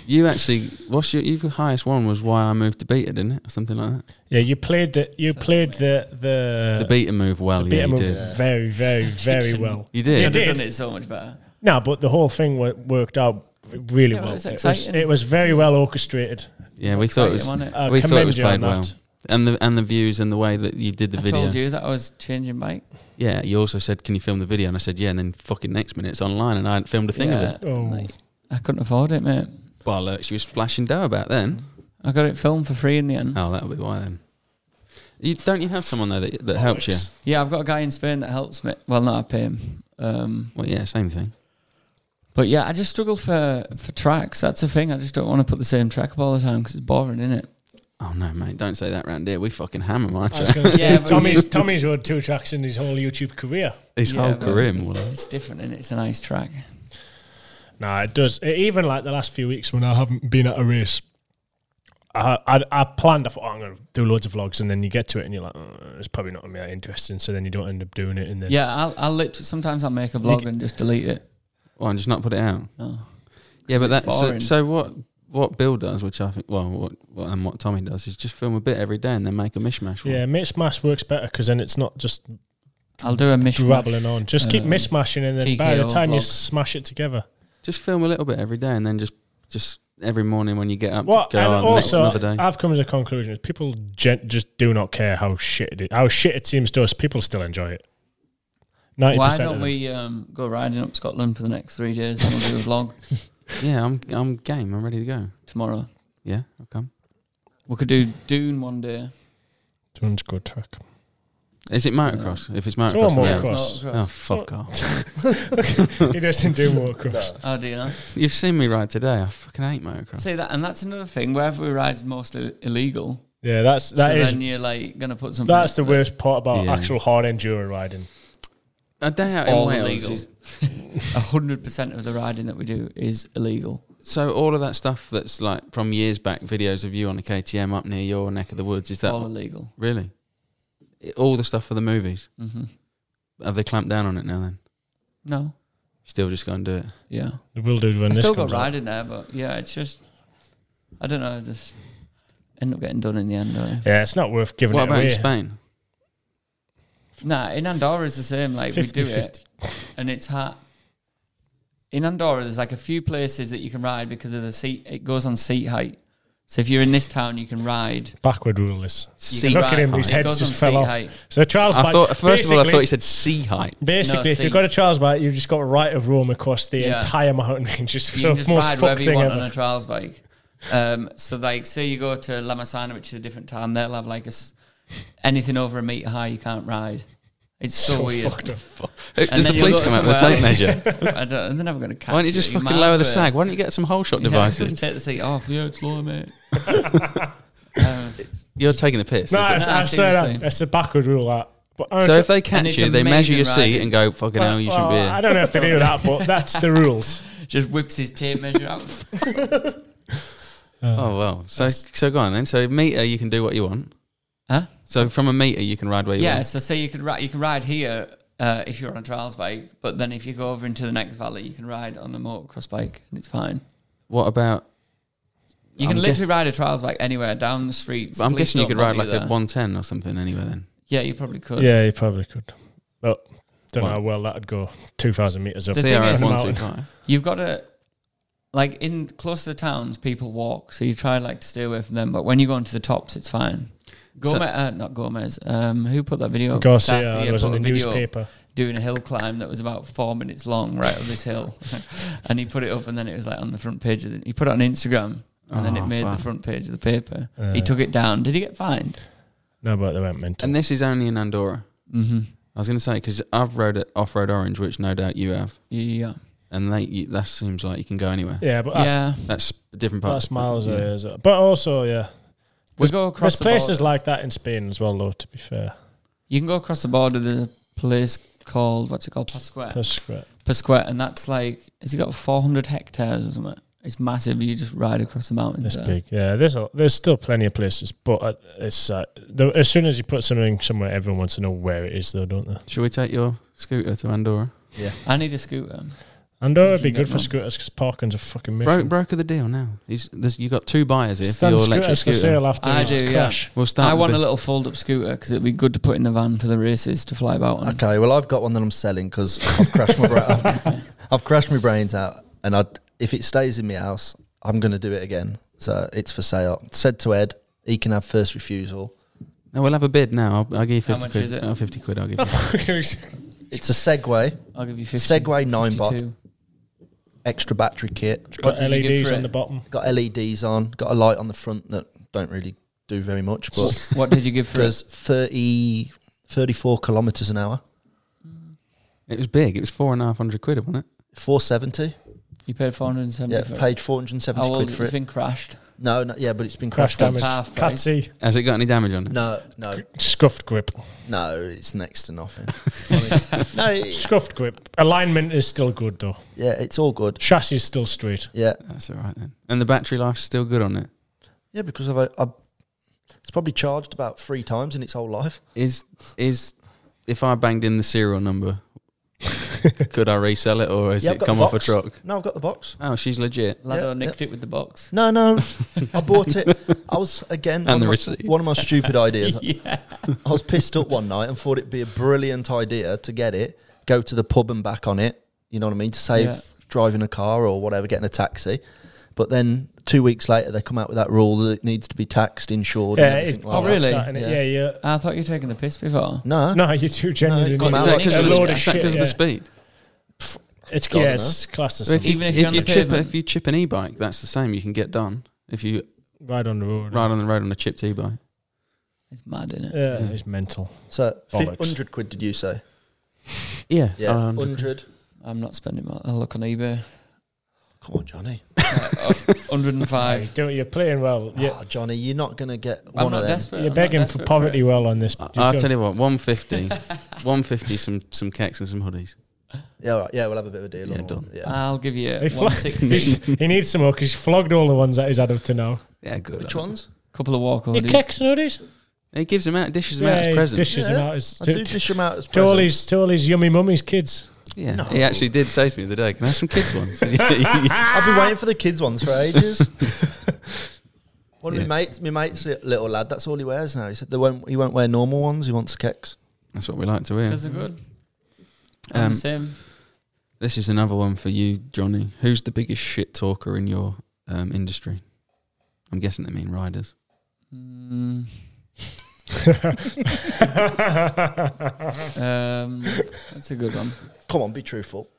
you actually, what's your, your highest one was why I moved to beta, didn't it, or something like that?
yeah, you played the you played the the,
the beta move well,
beat
yeah,
'em
you
up
did.
very, very, very well.
You did.
You
I'd
did.
have done it so much better.
No, but the whole thing wo- worked out really
Yeah, but
well.
it's
It was,
exciting.
it was very well orchestrated.
Yeah, we thought it was,
Exciting, wasn't it?
I
we thought it
commend
was
you on
played well,
that.
and the and the views and the way that you did the
I
video.
told you that I was changing bike.
Yeah, you also said, "Can you film the video?" And I said, "Yeah." And then fucking next minute, it's online, and I hadn't filmed a thing
yeah,
of it.
Oh.
like, I couldn't afford it, mate.
Bollocks! You was flashing dough about then.
I got it filmed for free in the end.
Oh, that'll be why then. You, don't you have someone though that that helps you?
Yeah, I've got a guy in Spain that helps me. Well, not I pay him. Um,
Well, yeah, same thing.
but yeah, I just struggle for for tracks. That's the thing. I just don't want to put the same track up all the time because it's boring, isn't it?
Oh no, mate! Don't say that round here. We fucking hammer my
I was
track.
gonna say,
Yeah, but
Tommy's
you-
Tommy's rode two tracks in his whole YouTube career.
His
Yeah,
whole
but-
career, more like.
It's different, and it's a nice track.
Nah, it does. It, even like the last few weeks when I haven't been at a race, I I, I planned. I thought oh, I'm gonna do loads of vlogs, and then you get to it and you're like, "Oh, it's probably not gonna be that interesting. So then you don't end up doing it, and then
Yeah, I'll, I'll literally sometimes I'll make a vlog and just delete it.
Well, and just not put it out.
No.
Yeah, but
it's
that. So,
boring.
so what? What Bill does, which I think, well, what, what and what Tommy does is just film a bit every day and then make a mishmash. one.
yeah, mixed mass works better because then it's not just
I'll do a mishmash.
grabbling on. Just keep
um,
mishmashing, and then by the
TKO
time you
vlog.
smash it together,
Just film a little bit every day, and then just just every morning when you get up,
Well,
go
and
on
also,
next, another day.
I've come to the conclusion is people gen- just do not care how shit it is. How shit it seems to us, people still enjoy it. Ninety
Why
percent.
don't we um, go riding up Scotland for the next three days and we'll do a vlog
yeah, I'm I'm game. I'm ready to go.
tomorrow?
Yeah, I'll come.
We could do Dune one day.
Someone's good track.
Is it motocross? If it's motocross,
Someone
I'm
more
out.
cross.
Oh fuck off!
He doesn't do more cross.
Oh dear.
You've seen me ride today. I fucking hate motocross.
See that, and that's another thing. Wherever we ride is mostly illegal.
Yeah, that's that
so
is-
then you're like gonna put something.
that's the
up
worst part about
Yeah.
actual hard enduro riding.
A day out
there.
in
All
Wales
illegal.
is
A hundred percent of the riding that we do is illegal.
So all of that stuff that's like from years back, videos of you on a KTM up near your neck of the woods, is that
All illegal.
really It- all the stuff for the movies?
hmm
Have they clamped down on it now? Then
No.
still just go and do it.
Yeah.
We'll do when
I
this
still got
comes out.
riding there, but yeah, it's just I don't know. Just end up getting done in the end. Don't you?
Yeah, it's not worth giving
what
it
about
away.
in Spain?
Nah, in Andorra is the same. Like we do
50-50.
it, and it's hot. In Andorra, there's like a few places that you can ride because of the seat. It goes on seat height. So if you're in this town, you can ride.
Backward rule is.
Sea
Look at him;
height.
his head
It goes
just fell
on seat
off.
height.
So Charles,
I
bike-
thought first of all, I
basically-
thoually said sea height.
Basically,
No,
if you've
seat.
got a trials bike, you've just got a right of roam across the
Yeah.
entire mountain range. It's
You
the
can just
most
ride
fucked
wherever you
thing
want
ever.
on a trials bike. Um, so like, say you go to Lamasana, which is a different town, they'll have like a s- anything over a meter high you can't ride. It's so,
So
weird.
fucked up.
Does
And
the
then you'll
police
go
come out with a
somewhere
tape
else.
measure?
I don't, they're never going to catch
Why don't you just fucking lower the sag?
sag?
Why don't you get some whole shot
Yeah,
devices?
take the seat off. Uh, Yeah, it's low, mate.
You're taking the piss.
No,
is it?
it's,
No,
I swear
seriously.
that, it's a backward rule. That. But I
so
don't-
if they
And
catch
it's
you, they measure your
amazing
seat
riding.
and go, "Fucking hell, you shouldn't
well,
be here."
I don't know if they do that, but that's the rules.
Just whips his tape measure out.
Oh well. So so go on then. So meter, you can do what you want.
Huh?
So from a meter, you can ride where you
yeah,
want.
so say you could ride, you can ride here uh, if you're on a trials bike, but then if you go over into the next valley, you can ride on a motocross bike, and it's fine.
What about?
You can
I'm
literally ride a trials bike anywhere down the streets.
I'm
Police
guessing you
don't
could ride
bother
like
you
a
there.
110 or something anyway. Then
Yeah, you probably could.
Yeah, you probably could. But don't know
Well-
how well that'd go. Two thousand meters up.
The thing
CRS
is-
one two five.
You've got to, like, in close to the towns, people walk, so you try like to stay away from them. But when you go into the tops, it's fine. Gomez, uh, not Gomez. Um, who put that video? up?
Garcia
Garcia
was
put
in the
a video up
newspaper.
doing a hill climb that was about four minutes long, right up this hill, and he put it up, and then it was like on the front page. Of the, he put it on Instagram, and then
Oh,
it made
wow.
the front page of the paper.
Yeah.
he took it down. Did he get fined?
No, but they weren't meant
And
to.
this is only in Andorra.
Mm-hmm.
I was going to say because I've rode at Off Road Orange, which no doubt you have,
Yeah.
and they you, that seems like you can go anywhere.
Yeah, but that's,
yeah.
That's a different part.
that's miles
Yeah.
away. Is it? But also, yeah,
We go across
there's
the
places
border.
like that in Spain as well, though. To be fair,
You can go across the border. There's a place called what's it called? Pasquet.
that's great.
Pasquet, and that's like has he got 400 hectares or something? It's massive. You just ride across the mountains.
It's
there.
big. Yeah, there's a, there's still plenty of places, but uh, it's uh, the, as soon as you put something somewhere, everyone wants to know where it is, though, don't they?
Shall we take your scooter to Andorra?
I need a scooter.
And uh, it'd
You
be
can
good
get
for
one.
scooters because parking's a fucking
Bro,
mission.
broker the deal now. He's, there's, you got two buyers here for
Stand
your electric
scooters for
scooter.
sale after
I
this
do, yeah.
crash.
We'll start.
I
with
want
the-
a little fold-up scooter because it'd be good to put in the van for the races to fly about on.
Okay, well, I've got one that I'm selling because I've crashed my bra- I've, I've crashed my brains out, and I if it stays in my house, I'm going to do it again. So it's for sale. Said to Ed, he can have first refusal.
No, we'll have a bid now. I'll, I'll give you fifty
How much
quid.
is it?
Oh, fifty quid. I'll give you.
It's a Segway,
I'll give you 50.
Segway nine bot.
52.
extra battery kit.
Got
did you give
LEDs
for
on
it?
the bottom.
Got LEDs on. Got a light on the front that don't really do very much, but
What did you give for it?
goes 30, 34 kilometers an hour,
It was big. It was four and a half hundred quid, wasn't it?
four seventy.
You paid 470
Yeah,
for it.
paid four hundred and seventy
How old
quid
it's
for it.
been crashed.
No, no, yeah, but it's been
Crash
crashed.
damage.
half price.
Catsy,
Has it got any damage on it?
No, no,
scuffed grip.
No, it's next to nothing. Honest. no, it-
Scuffed grip. Alignment is still good though.
yeah, it's all good.
Chassis is still straight.
Yeah,
That's all right then. And the battery life's still good on it.
yeah, because uh, I've, i it's probably charged about three times in its whole life.
Is is if I banged in the serial number, Could I resell it or has
Yeah, I've
it
got
come
the
off a
box.
truck?
No, I've got the box.
Oh, she's legit.
Lado
Yeah,
nicked it with the box.
No, no, I bought it. I was again one,
the
of my-
receipt.
one of my stupid ideas.
Yeah.
I was pissed up one night and thought it'd be a brilliant idea to get it, go to the pub and back on it. You know what I mean? To save
Yeah.
driving a car or whatever, getting a taxi. But then two weeks later, they come out with that rule that it needs to be taxed, insured.
Yeah,
and
it is.
everything like
Oh,
that.
really?
Yeah,
Yeah.
yeah. yeah.
I thought you were taking the piss before.
No,
No, you do genuinely.
come
need
out
Is that
it.
like
because
It's a
of, the,
load
sp-
of
is that
shit.
'cause of
yeah.
the speed?
It's
God,
yeah,
I
it's classed as
So if you,
Even if
if
you're on
you
the
chip,
pavement.
if you chip an e-bike, that's the same. You can get done if you
right on the road.
ride on the road on a chipped e-bike.
It's mad, isn't it?
Yeah, it's mental.
so fi-
Bollocks.
100 quid did you say?
Yeah,
Yeah, uh,
um,
100.
I'm not spending more. I'll look on eBay.
Come on, Johnny. uh,
You
105.
don't, you're playing well. You're,
Ah, Johnny, you're not going to get
I'm
one of
not
them.
desperate. I'm
you're
not
begging for
desperate
poverty
it.
well on this.
I-
You've
I'll
done-
tell you what, 150, 150, some some cakes and some hoodies.
Yeah, all right. Yeah, we'll have a bit of a deal.
Yeah,
on
done.
one. Yeah.
I'll give you
He, flogged-
160.
he needs some more because he's flogged all the ones that he's had up to now.
Yeah, good.
Which ones?
couple of walk
Your
orders.
kicks and hoodies?
He gives them out, dishes them out
he
as presents.
Dishes them
Yeah,
out as
I
to,
do dish them out as
to all
presents.
his to all his yummy mummies kids.
yeah,
No.
he actually did say to me the other day, "Can I have some kids ones?" yeah,
I've been waiting for the kids ones for ages. One
Yeah.
of my mates, my mate's a little lad. That's all he wears now. He said they won't. He won't wear normal ones. He wants kicks.
that's what we like to hear.
Because they're good. I'm
Um,
the same.
this is another one for you, Johnny. Who's the biggest shit talker in your um, industry? I'm guessing they mean riders.
Mm. um, that's a good one.
Come on, be truthful.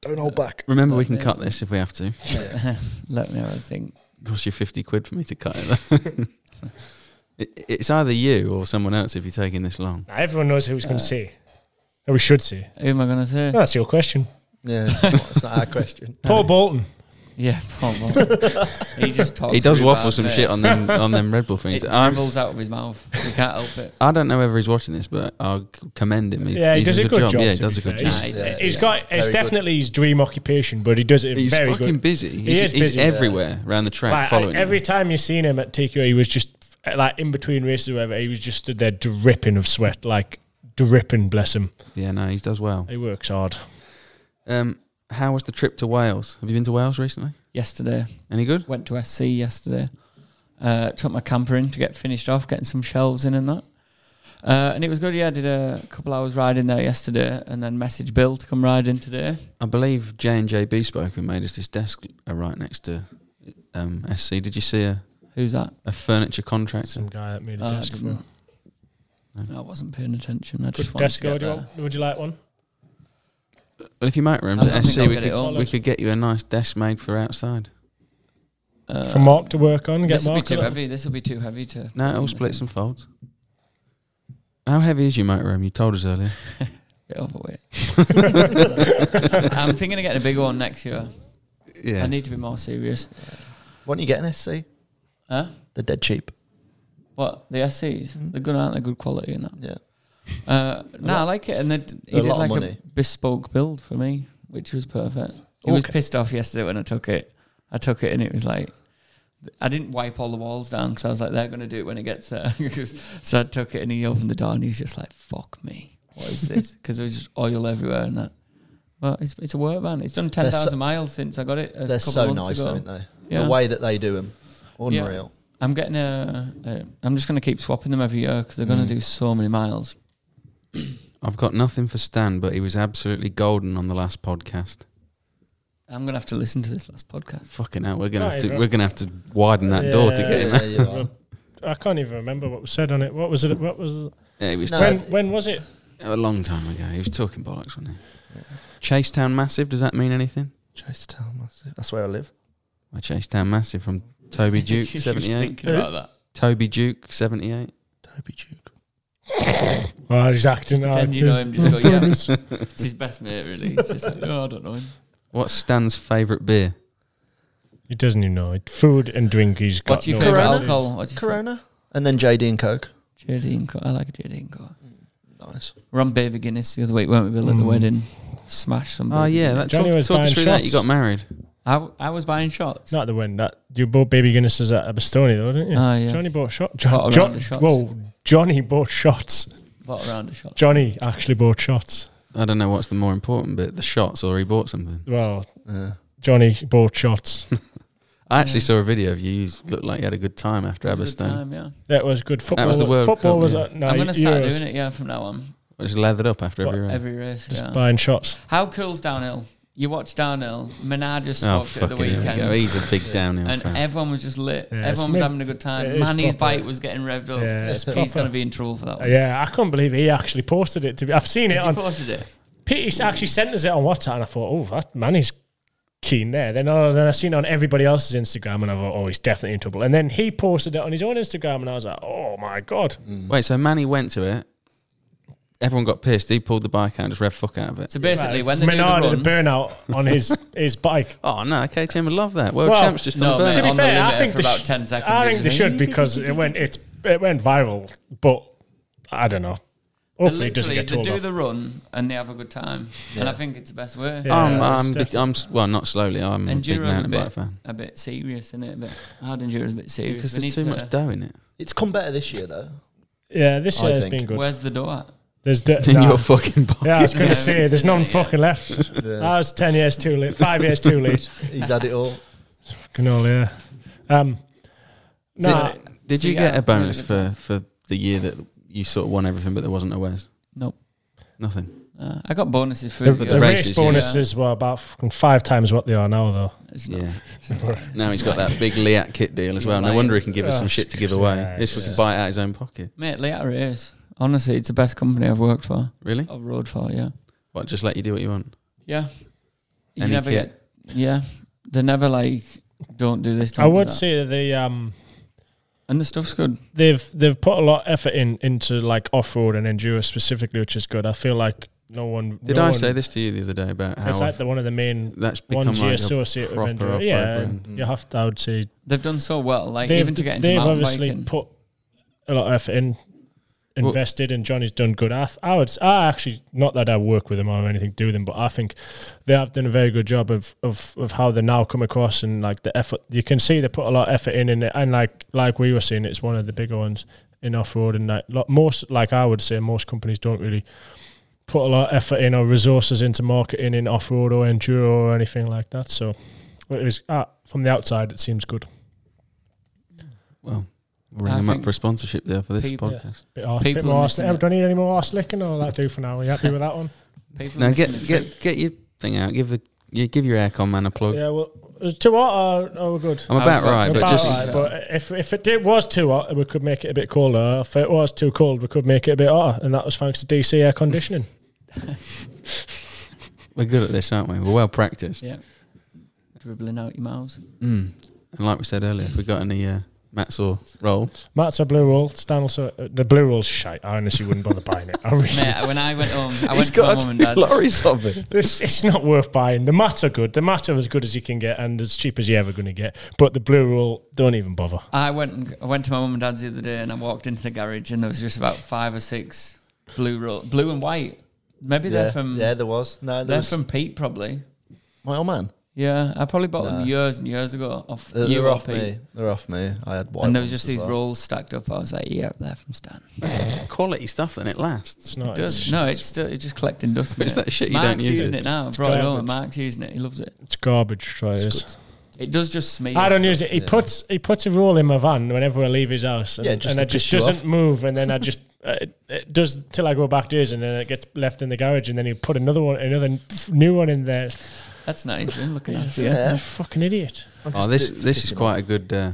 Don't hold back.
Remember, we can
Yeah.
cut this if we have to. It
Let me have a think.
costs you 50 quid for me to cut it. it it's either you or someone else if you're taking this long.
Now, everyone knows who's going to see. Or we should see.
Who am I going to say?
That's your question.
Yeah, it's not, it's not our question.
Paul Bolton.
Yeah, Paul Walker. he just talks.
He does
really
waffle
bad,
some
mate.
shit on them on them Red Bull
It
things. I'm-
dribbles out of his mouth. He can't help it.
I don't know whether he's watching this, but I'll c- commend him. He,
Yeah, he does a good job.
Yeah, he
to
does
be
a good
fair.
job.
Nah, he
He's,
does,
he's
yeah.
got. It's
Very good.
definitely his dream occupation, but he does it
He's
very
fucking
good.
busy. He's,
is
he's
busy. Yeah.
everywhere around the track
Like, I-
following.
every
him.
time you've seen him at TQ, he was just f- like in between races or whatever. He was just stood there dripping of sweat, like dripping. Bless him.
Yeah, no, he does well.
He works hard.
Um, how was the trip to Wales? Have you been to Wales recently?
Yesterday,
Any good?
went to SC yesterday. Uh, took my camper in to get finished off, getting some shelves in and that. Uh, and it was good. Yeah, I did a couple hours riding there yesterday, and then messaged Bill to come riding today.
I believe J and J Bespoke who made us this desk are right next to um, SC. Did you see a,
Who's that?
a furniture contractor?
Some guy that made a
Oh, I
desk. For
didn't.
him.
I wasn't paying attention. I just
Good
wanted
desk.
to get
Would you,
there.
want- would you like one?
Well, if you make rooms
I don't
at
think
SC,
I'll
we
get it
could
all.
we could get you a nice desk made for outside.
Uh,
For Mark to work on. Get
this will be
Mark.
too
on it.
heavy. This will be too heavy to.
No, it'll
Mm,
split some folds. How heavy is your motorhome? You told us earlier.
Bit overweight. I'm thinking of getting a bigger one next year.
Yeah.
I need to be more serious.
Why don't you get an SC?
Huh?
They're dead cheap.
What the SCs?
Hmm?
They're good, aren't they? Good quality and that.
Yeah.
Uh, no, I like it. And they d- he
A
did
lot of
like a
money.
bespoke build for me, which was perfect. He was
Okay.
pissed off yesterday when I took it. I took it and it was like, I didn't wipe all the walls down because I was like, they're going to do it when it gets there. so I took it and he opened the door and he was just like, fuck me. What is this? Because there was just oil everywhere and that. Well, it's, it's a work van. It's done
They're so-
10,000 miles since I got it. A
They're
couple
so
of months
nice,
ago.
aren't they?
Yeah.
The way that they do them,
Yeah.
unreal.
I'm getting a. a I'm just going to keep swapping them every year because they're
Mm.
going to do so many miles.
I've got nothing for Stan, but he was absolutely golden on the last podcast.
I'm going to have to listen to this last podcast.
Fucking hell, we're gonna
Right,
have to
right.
we're gonna have to widen that door to
Yeah.
get him.
Yeah, you are.
I can't even remember what was said on it. What was it? What was it?
Yeah, he was
No.
when?
talking,
Uh,
When was it?
a long time ago. He was talking bollocks, wasn't he? Chase Town Massive. Does that mean anything?
Chase Town, that's it. that's where I live.
I Chase Town Massive from Toby Duke
She was
seventy eight.
thinking about that.
Toby Duke seventy eight.
Toby Duke.
Well, he's acting. out.
Then you know him just go, yeah. It's his best mate, really. He's just like, oh, I don't know him.
What's Stan's favourite beer?
He doesn't even know. Food and drink. He's got.
What's your
no
favourite
Corona?
alcohol? What's your
Corona, and then JD and Coke.
favourite- JD and Co. I like a JD and Co.
Nice.
We're on Baby Guinness the other week, weren't we, Bill, at the
Mm.
wedding? Smash some.
Oh
Baby
yeah,
Guinness.
that,
Johnny
talk,
was
talk us
buying
through that. You
shots.
got married.
I, w- I was buying shots.
Not the win. That you bought baby Guinnesses at Aberstony though, didn't you?
Ah, yeah.
Johnny bought shot.
Bought
John,
a
John,
round of shots.
Whoa, Johnny bought shots.
Bought a round of shots.
Johnny actually bought shots.
I don't know what's the more important bit, the shots or he bought something.
Well,
Yeah.
Johnny bought shots.
I actually
Yeah.
saw a video of you. You looked like you had a good time after
It was a good
Aberstone.
time, yeah.
That was good football.
was the World
football
Cup,
was
yeah.
uh, no,
I'm going to start
Euros,
doing it, yeah, from now on.
Just leathered up after every round.
Every race,
Just
yeah.
buying shots.
How cool's downhill? You watch downhill. Menard just
oh,
spoke at the
fucking here we
weekend.
go. He's a big downhill
and
fan.
everyone was just lit.
Yeah, it's
everyone was
mid-
having a good time.
it is
Manny's
proper.
bike was getting revved up.
Yeah, it's
He's
proper.
going to be in trouble for that one.
Uh, Yeah, I couldn't believe he actually posted it. To be, I've seen it
Has he
on.
posted it?
Pete actually sent us it on WhatsApp, and I thought, oh, that man is keen there. Then, oh, then I seen it on everybody else's Instagram, and I thought, oh, he's definitely in trouble. And then he posted it on his own Instagram, and I was like, oh my god,
Wait, so Manny went to it. Everyone got pissed. He pulled the bike out and just rev fuck out of it.
So basically, when they
Menard
do the
had a
run,
burnout on his his bike.
Oh no, okay, Tim would love that. World
Well,
champs just
no,
on
mate,
To
burn.
be
on the
fair, I
limiter
think
for
they
about
sh-
10 seconds,
I think
isn't
they
it?
should because it went it, it went viral, but I don't know.
they
Hopefully, it doesn't
literally
get
they
told
do
off.
the run and they have a good time, and I think it's the best way.
Yeah,
I'm,
that's
I'm, big,
definitely-
I'm, s- well, not slowly. I'm a big
Enduro's a
mountain bike
bit,
fan
a bit serious, isn't it? A bit hard enduro's a bit serious.
because
We
there's
need
too much
to-
dough in it.
It's come better this year though.
yeah, this
I
year has
think.
been good.
Where's the door? at?
There's de-
In
nah.
your fucking pocket.
Yeah, I was going
Yeah,
to say,
it's-
there's none
yeah.
fucking left. I was 10 years too late, five years too late.
He's had it all.
Fucking hell, yeah. Um,
Did-
nah,
Did
So
you
yeah,
get
yeah,
a bonus for,
good
for the year that you sort of won everything, but there wasn't a Wes?
Nope.
Nothing.
Uh, I got bonuses for
the,
but
the
the
race
races, yeah.
bonuses were about fucking five times what they are now, though.
It's not-
Yeah. now he's got that big Liat kit deal as
He's
well. No
lying.
wonder he can give us some
Oh,
shit to give away.
yeah,
This we
yeah.
can buy it out of his own pocket.
Mate, Leatter is. Honestly, it's the best company I've worked for.
Really?
I've rode for, yeah.
What? Just let you do what you want.
Yeah. You
Any
never
kit.
get. Yeah. They're never like, don't do this. Don't
I
do
would
that.
say that they, um,
And the stuff's good.
they've they've put a lot of effort in into like off road and enduro specifically, which is good. I feel like no one
Did
no
I
one-
say this to you the other day about how
It's like the, one of the main
that's become
ones you
like a
associate with
proper
enduro.
off-road
Yeah,
brand?
you have to. I would say
They've done so well. Like,
they've,
even to get into
they've
mountain
obviously
biking.
put a lot of effort in, invested, and Johnny's done good. I, th- I would, s- I actually, not that I work with them or anything do them, but I think they have done a very good job of of of how they now come across and like the effort. You can see they put a lot of effort in, and and like like we were saying, it's one of the bigger ones in off road, and like lot, most like I would say most companies don't really. Put a lot of effort in or resources into marketing in off road or enduro or anything like that. So, it was, uh, from the outside, it seems good.
Well, we'll ring
I
him up
think
for a sponsorship there for this
people-
podcast.
Bit, arse,
People
bit more arse,
missing it.
don't need any more arse licking or that do for now. Are you happy with that one?
People
Now
missing
get
the trick.
get get your thing out. Give the you give your aircon man a plug.
Yeah, well, was it too hot or, or we're good?
I'm
I
about
was about
right,
to
but
About
say-
just
right, but if, if it did, was too hot, we could make it a bit colder. If it was too cold, we could make it a bit hotter. And that was thanks to DC air conditioning.
we're good at this, aren't we? We're well practiced.
Yeah. Dribbling out your mouths.
Mm. And like we said earlier, if we got any uh, mats or rolls,
Matt's a blue roll. Stan also, uh, the blue roll's shite. I honestly wouldn't bother buying it. I really,
Mate, when I went home, I went to my mum and dad's.
lorries of it.
this, it's not worth buying. The mats are good. The mats are as good as you can get and as cheap as you're ever going to get. But the blue roll, don't even bother.
I went and, I went to my mum and dad's the other day, and I walked into the garage, and there was just about five or six blue ro- blue and white. Maybe
yeah.
they're from
yeah, there was. No, there
they're
was
from Pete probably.
my old man.
Yeah, I probably bought them years and years ago off
They're,
you
they're
or
off
Pete.
me. They're off me. I had white.
And there was
ones
just
as
these
well.
rolls stacked up. I was like, yeah, they're from Stan.
Quality stuff, then it lasts.
It's not.
Does.
it's,
No, it's still, it's just collecting dust.
It's
mate.
that shit you
Mark's
don't use
using
it.
it, now. I brought it home.
garbage.
Mark's using it. He loves it.
it's garbage. Try
It's
this.
good.
It does just smell.
I don't use it. He puts he puts a roll in my van whenever I leave his house, and,
Yeah, just
and
to
it just
piss you
doesn't
off.
move. And then I just uh, it, it does till I go back to his, and then it gets left in the garage. And then he put another one, another n- f- new one in there.
That's nice. I'm looking after you.
Yeah.
Yeah.
fucking idiot.
Oh, this this is quite a good uh,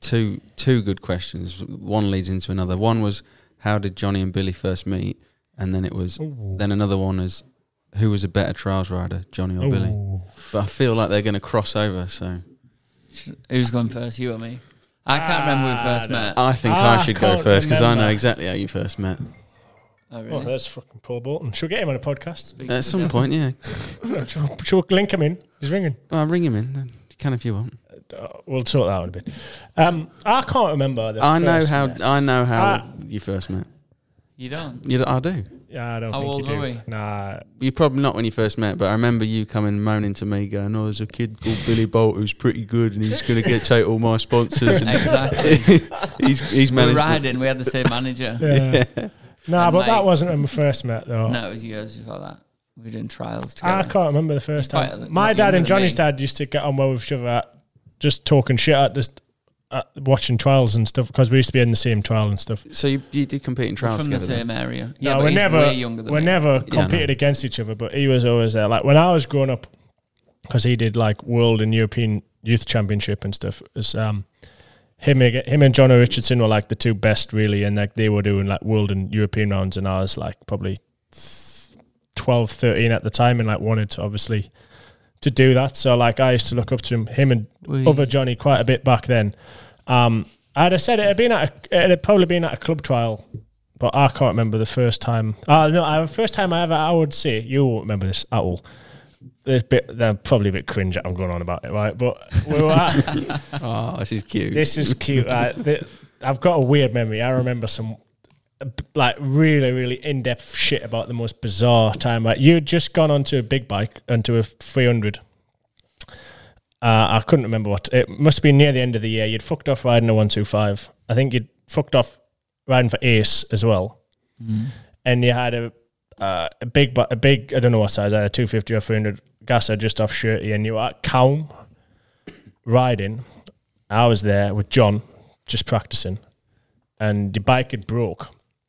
two two good questions. One leads into another. One was how did Johnny and Billy first meet, and then it was then another one is who was a better trials rider, Johnny or Billy.
Ooh.
But I feel like they're going to cross over. So
Who's going first? You or me? I can't remember when we first met.
I think
Ah,
I should go
can't
first because I know
remember.
exactly how you first met.
Oh,
Oh,
really?
that's fucking Paul Bolton. She'll get him on a podcast.
Speak to the
At some
devil.
point, yeah.
She'll, she'll link him in. He's ringing.
Well, I'll ring him in. Then. You can if you want.
Uh, we'll sort that out in a bit. Um, I can't remember. The
I know
first
how.
minute.
I know how
Ah.
you first met.
You don't.
You, I do.
yeah, I don't
How
think
old
you do.
were we?
Nah,
You probably not when you first met, but I remember you coming moaning to me, going, "Oh, there's a kid called Billy Bolt who's pretty good, and he's going to get take all my sponsors. And
Exactly.
he's he's
we were
managed.
riding. We had the same manager.
Yeah. No,
And,
but
like-
that wasn't when we first met, though.
No, it was years before that. We were doing trials together.
I can't remember the first
He's quite
time.
a-
My
lot
dad
younger
and
than
Johnny's
me.
dad used to get on well with each other, at just talking shit at just at watching trials and stuff because we used to be in the same trial and stuff.
So you, you did compete in
We're
trials
from the
together. then?
same area. Yeah,
No,
but
we're
he's
never
way younger than
we're
me.
never
Yeah, I
competed
know.
against each other, but he was always there. Like when I was growing up, because he did like world and European youth championship and stuff. It was, um, him ag- him and John Richardson were like the two best really, and like they were doing like world and European rounds, and I was like probably 12, 13 at the time, and like wanted to obviously to do that. So like I used to look up to him, him and
We-
other Johnny quite a bit back then. Um, I'd have said it had been at a, it had probably been at a club trial, but I can't remember the first time. Uh, no, I, the first time I ever I would say you won't remember this at all. There's bit they're probably a bit cringe. that I'm going on about it, right? But we were at,
Oh, this is cute.
this is cute. Right? The- I've got a weird memory. I remember some like really, really in depth shit about the most bizarre time. Like you'd just gone onto a big bike, onto a 300. Uh, I couldn't remember what it must be near the end of the year. You'd fucked off riding a 125. I think you'd fucked off riding for Ace as well. And you had a, uh, a big, bu- a big, I don't know what size, either 250 or 300 gasser just off shirty. And you were at Calm riding. I was there with John, just practicing, and the bike had broke,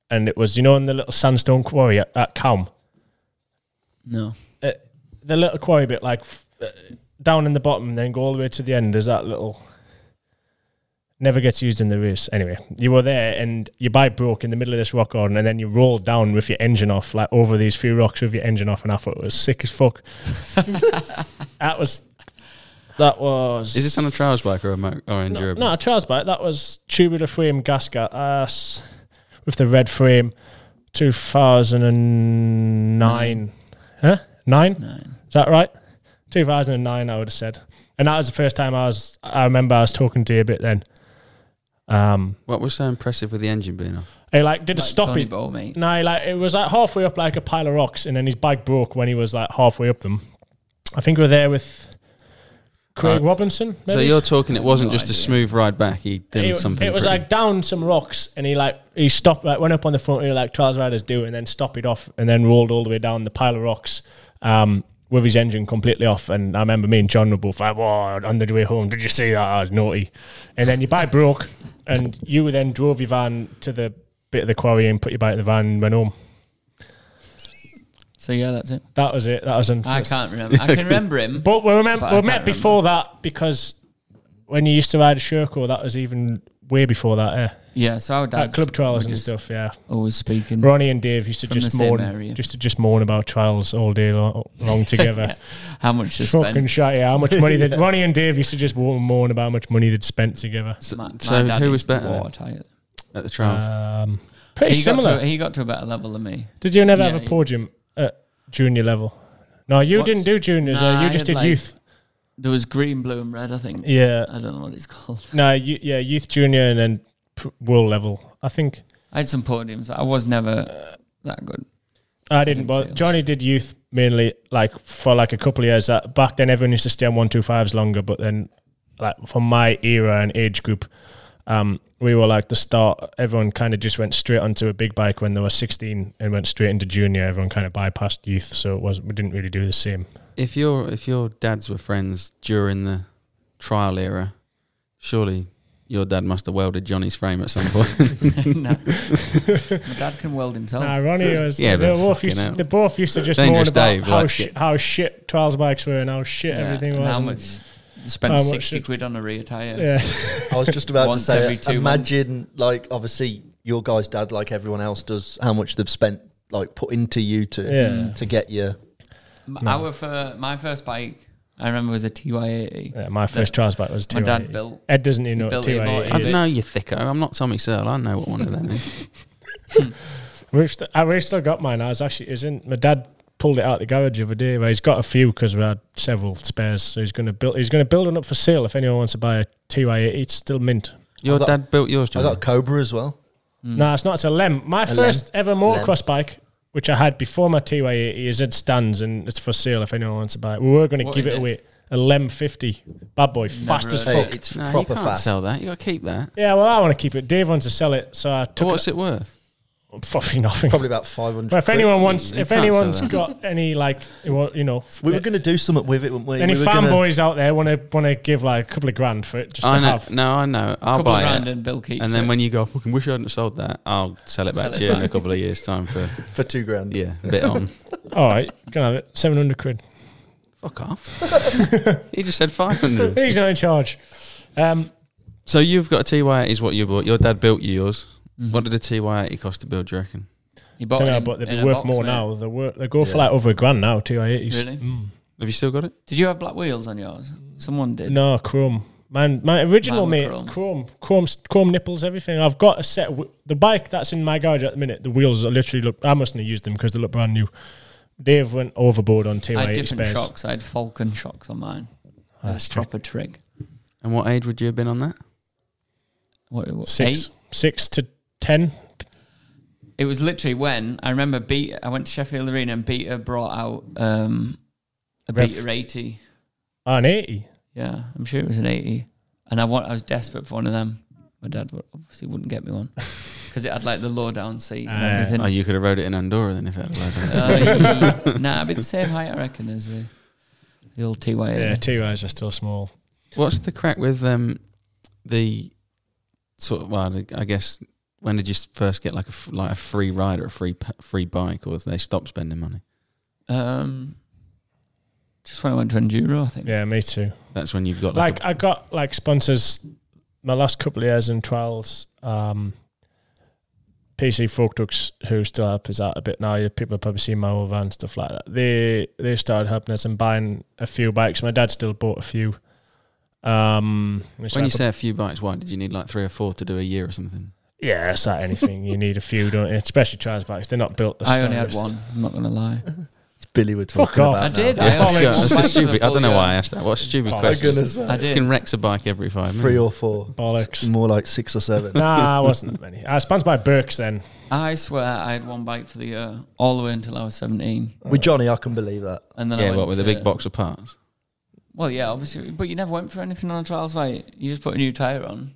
and it was you know in the little sandstone quarry at, at Calm,
No.
uh, the little quarry bit like f- uh, down in the bottom, then go all the way to the end. There's that little never gets used in the race. Anyway, you were there and your bike broke in the middle of this rock garden, and then you rolled down with your engine off, like over these few rocks with your engine off, and I thought it was sick as fuck. that was. That was.
Is this on a trials bike or a mo- or an enduro?
No, a trials bike. That was tubular frame gasket uh, with the red frame, 2009. Huh? Nine?
Nine.
Is that right? 2009, I would have said. And that was the first time I was, I remember I was talking to you a bit then. Um,
What was so impressive with the engine being off?
he like did a
Like
stop
Tony
it.
Bow, mate.
No, he, like it was like halfway up like a pile of rocks, and then his bike broke when he was like halfway up them. I think we were there with Craig
Uh,
Robinson. Maybe?
So you're talking it wasn't
No
just a
idea.
smooth ride back. He did
it,
something.
it was
pretty-
like down some rocks, and he like he stopped, like went up on the front wheel like trials riders do, and then stopped it off, and then rolled all the way down the pile of rocks um, with his engine completely off. And I remember me and John were both like, "Whoa!" On the way home, did you see that? I was naughty. And then your bike broke, and you then drove your van to the bit of the quarry and put your bike in the van and went home.
So yeah, that's it.
That was it. That was
I
unfortunate.
can't remember. I can remember him.
But we remember
But I
we
can't
met before that because when you used to ride a Sherco, that was even way before that. Yeah,
yeah, so our
like
dads
club trials and
were just
stuff. Yeah.
Always speaking.
Ronnie and Dave used to
Mm. From the
just
same
mourn,
area.
just to just mourn about trials all day lo- long together.
How much to
Fucking
spend?
shite! Yeah, how much money? They'd, Ronnie and Dave used to just mourn, mourn about how much money they'd spent together.
My, my
So
dad
who
is
was better then?
watertight.
at the trials.
Um, pretty
He got,
similar.
to, he got to a better level than me.
Did you never
Yeah,
have a
he-
podium at junior level? No, you
What's-
didn't do juniors.
Nah,
uh, you
I
just
did
did
like-
youth.
There was green, blue, and red. I think.
Yeah,
I don't know what it's called.
no, you, yeah, youth, junior, and then pr- world level. I think
I had some podiums. I was never that good.
I didn't.
didn't
But
feel-
Johnny did youth mainly, like for like a couple of years. That back then, everyone used to stay on one two fives longer. But then, like from my era and age group, um, we were like the start. Everyone kind of just went straight onto a big bike when they were sixteen and went straight into junior. Everyone kind of bypassed youth, so it was we didn't really do the same.
If your if your dads were friends during the trial era, surely your dad must have welded Johnny's frame at some point.
no. My dad can weld himself.
Nah, Ronnie was.
Yeah,
Yeah, they
but
both
fucking
used. To,
hell.
they both used to just moan
Dangerous
about
Dave
how
liked
sh-
it.
how shit trials bikes were and how shit
Yeah,
everything
and
was.
How
and-
much? You spent
How much
sixty
it-
quid on a rear tire.
Yeah.
I was just about to
Once
say,
every two
imagine like obviously your guy's dad, like everyone else does, how much they've spent like put into you to
Yeah.
to get you.
M- Our fir- my first bike, I remember was a TY80.
Yeah, my first trials bike was two.
My dad built.
Ed doesn't even
he
know E. what
built it,
two
bought it,
I
Yes.
know you thicker. I'm not Tommy Searle. I know what one of them is.
We've st- I, we've still got mine. I was actually, it was in, my dad pulled it out the garage the other day. Where he's got a few because we had several spares. So he's going to build. He's going to build one up for sale if anyone wants to buy a TY8. It's still mint.
Your
I got-
dad built yours,
I
Johnny.
got a Cobra as well.
No, it's not. It's a Lem. My first ever motocross bike, which I had before my TY80, is at stands and it's for sale if anyone wants to buy it. We were going to
What
give
is
it
it?
away. A Lem 50, bad boy, fast as
Hey,
fuck.
it's
No, you
proper
can't
fast.
sell that. You got to keep that.
Yeah, well, I want to keep it. Dave wants to sell it, so I took
What's
it.
it worth?
Fucking nothing.
Probably about 500.
Well, if
quid.
anyone wants,
You
if
can't say
anyone's
that.
got any like, you wa- you know,
we were going to do something with it, weren't we?
any
we were gonna-
fanboys out there want to want to give like a couple of grand for it just
I
to
know.
have.
No, I know. I'll
couple
buy
of grand
it.
and Bill keeps
and then
it.
when you go, I fucking wish I hadn't sold that, I'll sell it back
Sell
to
it
you in
back.
a couple of years' time for
for two grand.
yeah, a bit on.
All right, you can have it. Seven hundred quid.
Fuck off. he just said five hundred.
He's not in charge. Um,
So you've got a TY eighty is what you bought. Your dad built yours. What did a TY eighty cost to build? Do you reckon?
you bought
don't know,
in-
but they'd
in
be
a
worth
box,
more
mate.
now. They wor- they go for like over a grand now. Two i eighties.
Really?
Have you still got it?
Did you have black wheels on yours? Someone did.
No chrome. Man, my original
Mine were
mate,
chrome.
chrome. chrome, s- chrome nipples, everything. I've got a set. Of, w- the bike that's in my garage at the minute, the wheels are literally look. I mustn't have used them because they look brand new. Dave went overboard on
I
TY
had
eighty
different
spares. Ah,
shocks. I had Falcon shocks on mine.
That's
That's
true.
proper trick.
And what age would you have been on that?
What, what,
Six,
Eight?
six to ten.
It was literally when I remember Beat. I went to Sheffield Arena and Beta brought out um, a
Ref-
Beta eighty.
Oh, an eighty.
Yeah, I'm sure it was an eighty. And I want. I was desperate for one of them. My dad would, obviously wouldn't get me one because it had like the low down seat and
Ah.
everything.
Oh, you could have rode it in Andorra then if it had a load on it.
Uh, he- nah, I'd be the same height, I reckson, as the, the old TY.
Yeah, two eyes are still small.
What's the crack with um the sort of well, I guess when did you s- first get like a f- like a free ride or a free p- free bike, or did they stop spending money?
Um, just when I went to Enduro, I think.
Yeah, me too.
That's when you've got like,
like I got like sponsors my last couple of years in trials. Um, PC Folk Ducks, who still help us out a bit now. you- People have probably seen my old van stuff like that. They they started helping us and buying a few bikes. My dad still bought a few. Um,
a, when you say a few bikes, why did you need like three or four to do a year or something?
yeah, it's like anything. you need a few, don't you? Especially trials bikes. They're not built. the
I only had
strongest.
one. I'm not gonna lie.
It's Billy we're
Fuck
talking
off.
about.
I
now.
did.
Yeah,
I
that's,
only
good.
had one
That's a
bike for the
stupid. I don't know
whole
why I
year.
asked that. What a stupid
Oh, I'm
I'm
question!
going to
I
say
You
did.
can wreck a bike every five minutes.
three or four.
bollocks.
More like six or seven.
nah, I wasn't that many. I was sponsored by Burks then.
I swear I had one bike for the year all the way until I was 17.
With Johnny, I can believe that.
And then I
yeah,
went
what with a
to-
big box of parts?
Well, yeah, obviously, but you never went for anything on a trials right? You just put a new tire on,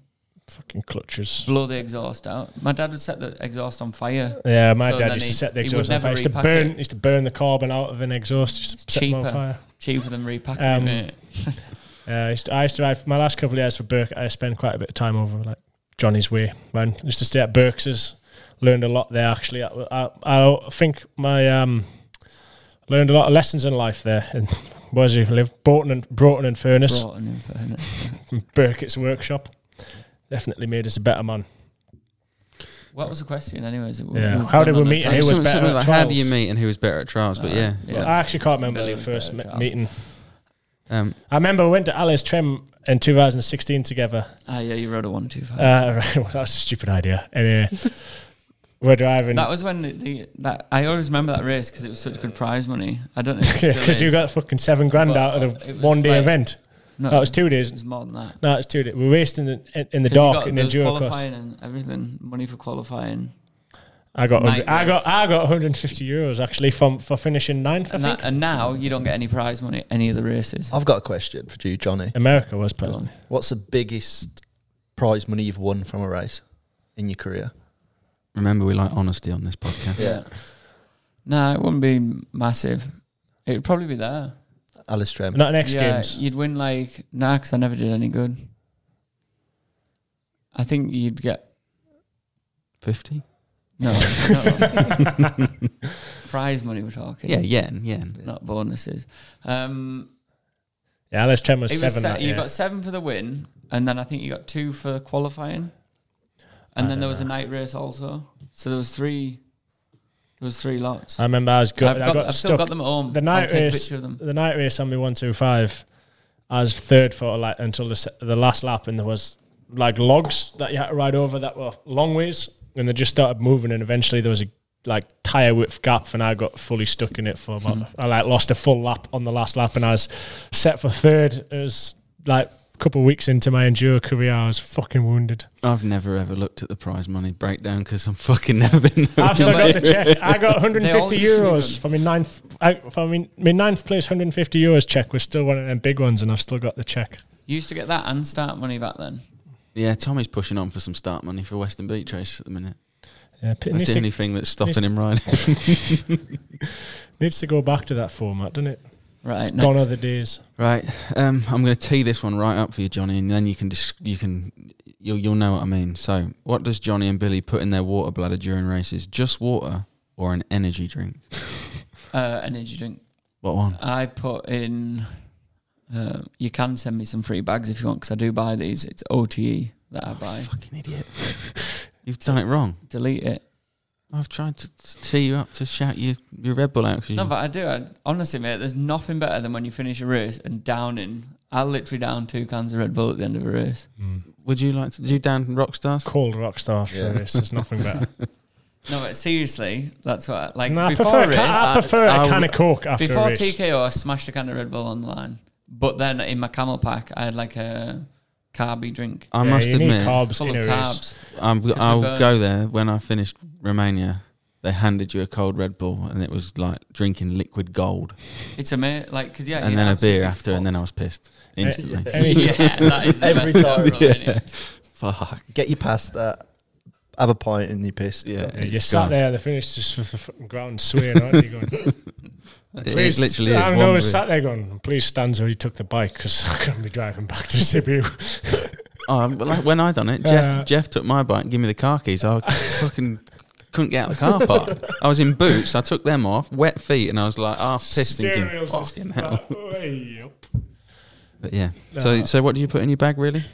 Fucking clutches.
blow the exhaust out. My dad would set the exhaust on fire.
Yeah, my
So
dad
then
used
he-
to set the
he would
exhaust on
never
fire. Used to
repack
burn,
it.
used to burn the carbon out of an exhaust. Used to set them on
cheaper.
fire.
Cheaper than repacking
Um,
it.
Uh, I used to, I used to ride my last couple of years for Burke. I spent quite a bit of time over like Johnny's Way. Man, used to stay at Burke's. Learned a lot there actually. I, I, I think my um, learned a lot of lessons in life there. And where's he live? Broughton and Broughton and Furness.
Brought an inferno.
Burkett's workshop definitely made us a better man.
What was the question, anyways?
Yeah. How did we meet and Who was
Something-
better
something
at
like, how do you
trials?
meet and who was better at trials? But Uh, yeah,
Yeah.
I actually can't remember
Billy
the
was
first
better
me-
at trials.
meeting.
Um,
I remember we went to Alice Trim in 2016 together.
Ah, yeah, you rode a one two five.
Uh, right, well, that's a stupid idea. Anyway, we're driving.
That was when the, the that I always remember that race because it was such good prize money. I don't know if it still
because you
is.
got fucking seven grand
But
out of
it
the
was
one day
like-
event.
no,
that was two days.
It was more than that.
No, it's two days. We raced in the, in, in the
'Cause you
dark
got-
in the
there was
enduro
qualifying
class.
and everything, money for qualifying,
I got
night
100 I
race.
got I got 150 euros actually from for finishing ninth. I
and,
think Oh,
that, and now you don't get any prize money at any of the races.
I've got a question for you, Johnny.
America was
Go on.
present.
What's the biggest prize money you've won from a race in your career?
remember we like honesty on this podcast.
Yeah.
No, it wouldn't be massive. It would probably be there.
Alice Trem.
Not next
yeah,
games.
you'd win like nah, 'cause I never did any good. I think you'd get
Fifty.
no, no prize money. We're talking,
Yeah, yen, yen.
not bonuses. Um,
Yeah, Alice Trim was
It
seven.
was
that
se- you
year.
got seven for the win, and then I think you got two for qualifying, and then there was a night race also. So there was three. There was three lots.
I remember I was good.
I've,
I
got,
got
I've
stuck.
still got them at home.
the night
I'll take a
race,
picture of them.
the night race on me one two five, I was third for like until the se- the last lap, and there was like logs that you had to ride over that were long ways, and they just started moving, and eventually there was a like tire width gap, and I got fully stuck in it for about.
Hmm.
I like lost a full lap on the last lap, and I was set for third. It was like a couple of weeks into my enduro career, I was fucking wounded.
I've never ever looked at the prize money breakdown because I'm fucking never been. there.
I've still
but-
got the check. I got 150
They all just
euros
do
for my ninth. I, for my, my ninth place 150 euros check was still one of them big ones, and I've still got the check.
You used to get that and start money back then.
Yeah, Tommy's pushing on for some start money for Western Beach race at the minute.
Yeah, p-
That's
needs,
the
to,
only thing that's stopping him riding.
needs to go back to that format, doesn't it?
Right.
Gone
next.
are the days.
right, um, I'm going to tee this one right up for you, Johnny, and then you can dis- you can you'll you'll know what I mean. So, what does Johnny and Billy put in their water bladder during races? Just water or an energy drink?
Uh, energy drink.
What one?
I put in. Uh, you can send me some free bags if you want, because I do buy these. It's OTE that
Oh,
I buy.
Fucking idiot! You've done it wrong.
Delete it.
I've tried to t- tee you up to shout your, your Red Bull out. 'cause
No,
you-
but I do. I, honestly, mate, there's nothing better than when you finish a race and downing. I literally down two cans of Red Bull at the end of a race.
would you like to? Do you down Rockstars?
Cold rock star for
Yeah.
this. There's nothing better.
No, but seriously, that's what I, like
no, I
before
prefer, a
race.
ca- I prefer
I
a can
would-
of Coke after
before
a race.
TKO, I smashed a can of Red Bull on the line. But then in my camel pack, I had like a carby drink
I
Yeah,
must
you need
admit,
carbs
full
in
of
a race.
carbs.
I'm,
'Cause we
I'll
burn.
go there when I finished Romania. They handed you a cold Red Bull, and it was like drinking liquid gold,
It's amazing. Like, cause yeah,
and
you're
then a beer
absolutely
after, and then I was pissed instantly.
Any-
yeah, that is the
Every
best
time.
ever, isn't it?
Fuck
Get your pasta, have a pint, and you're pissed.
yeah!
Yeah, you
it's
sat
gone.
there at the finish just with the fucking ground swaying, aren't you? Going,
It- It,
please,
literally
I
is.
know,
one
I
beer.
was sat there going, please stanza, he took the bike because I couldn't be driving back to Sibiu.
Oh, well, like when I done it, Jeff
Uh,
Jeff took my bike, and gave me the car keys. I fucking couldn't get out of the car park. I was in boots. I took them off, wet feet, and I was like half pissed, thinking,
Stereo's just
"Fucking hell!"
back way up.
But yeah. So,
Uh,
so what do you put in your bag, really?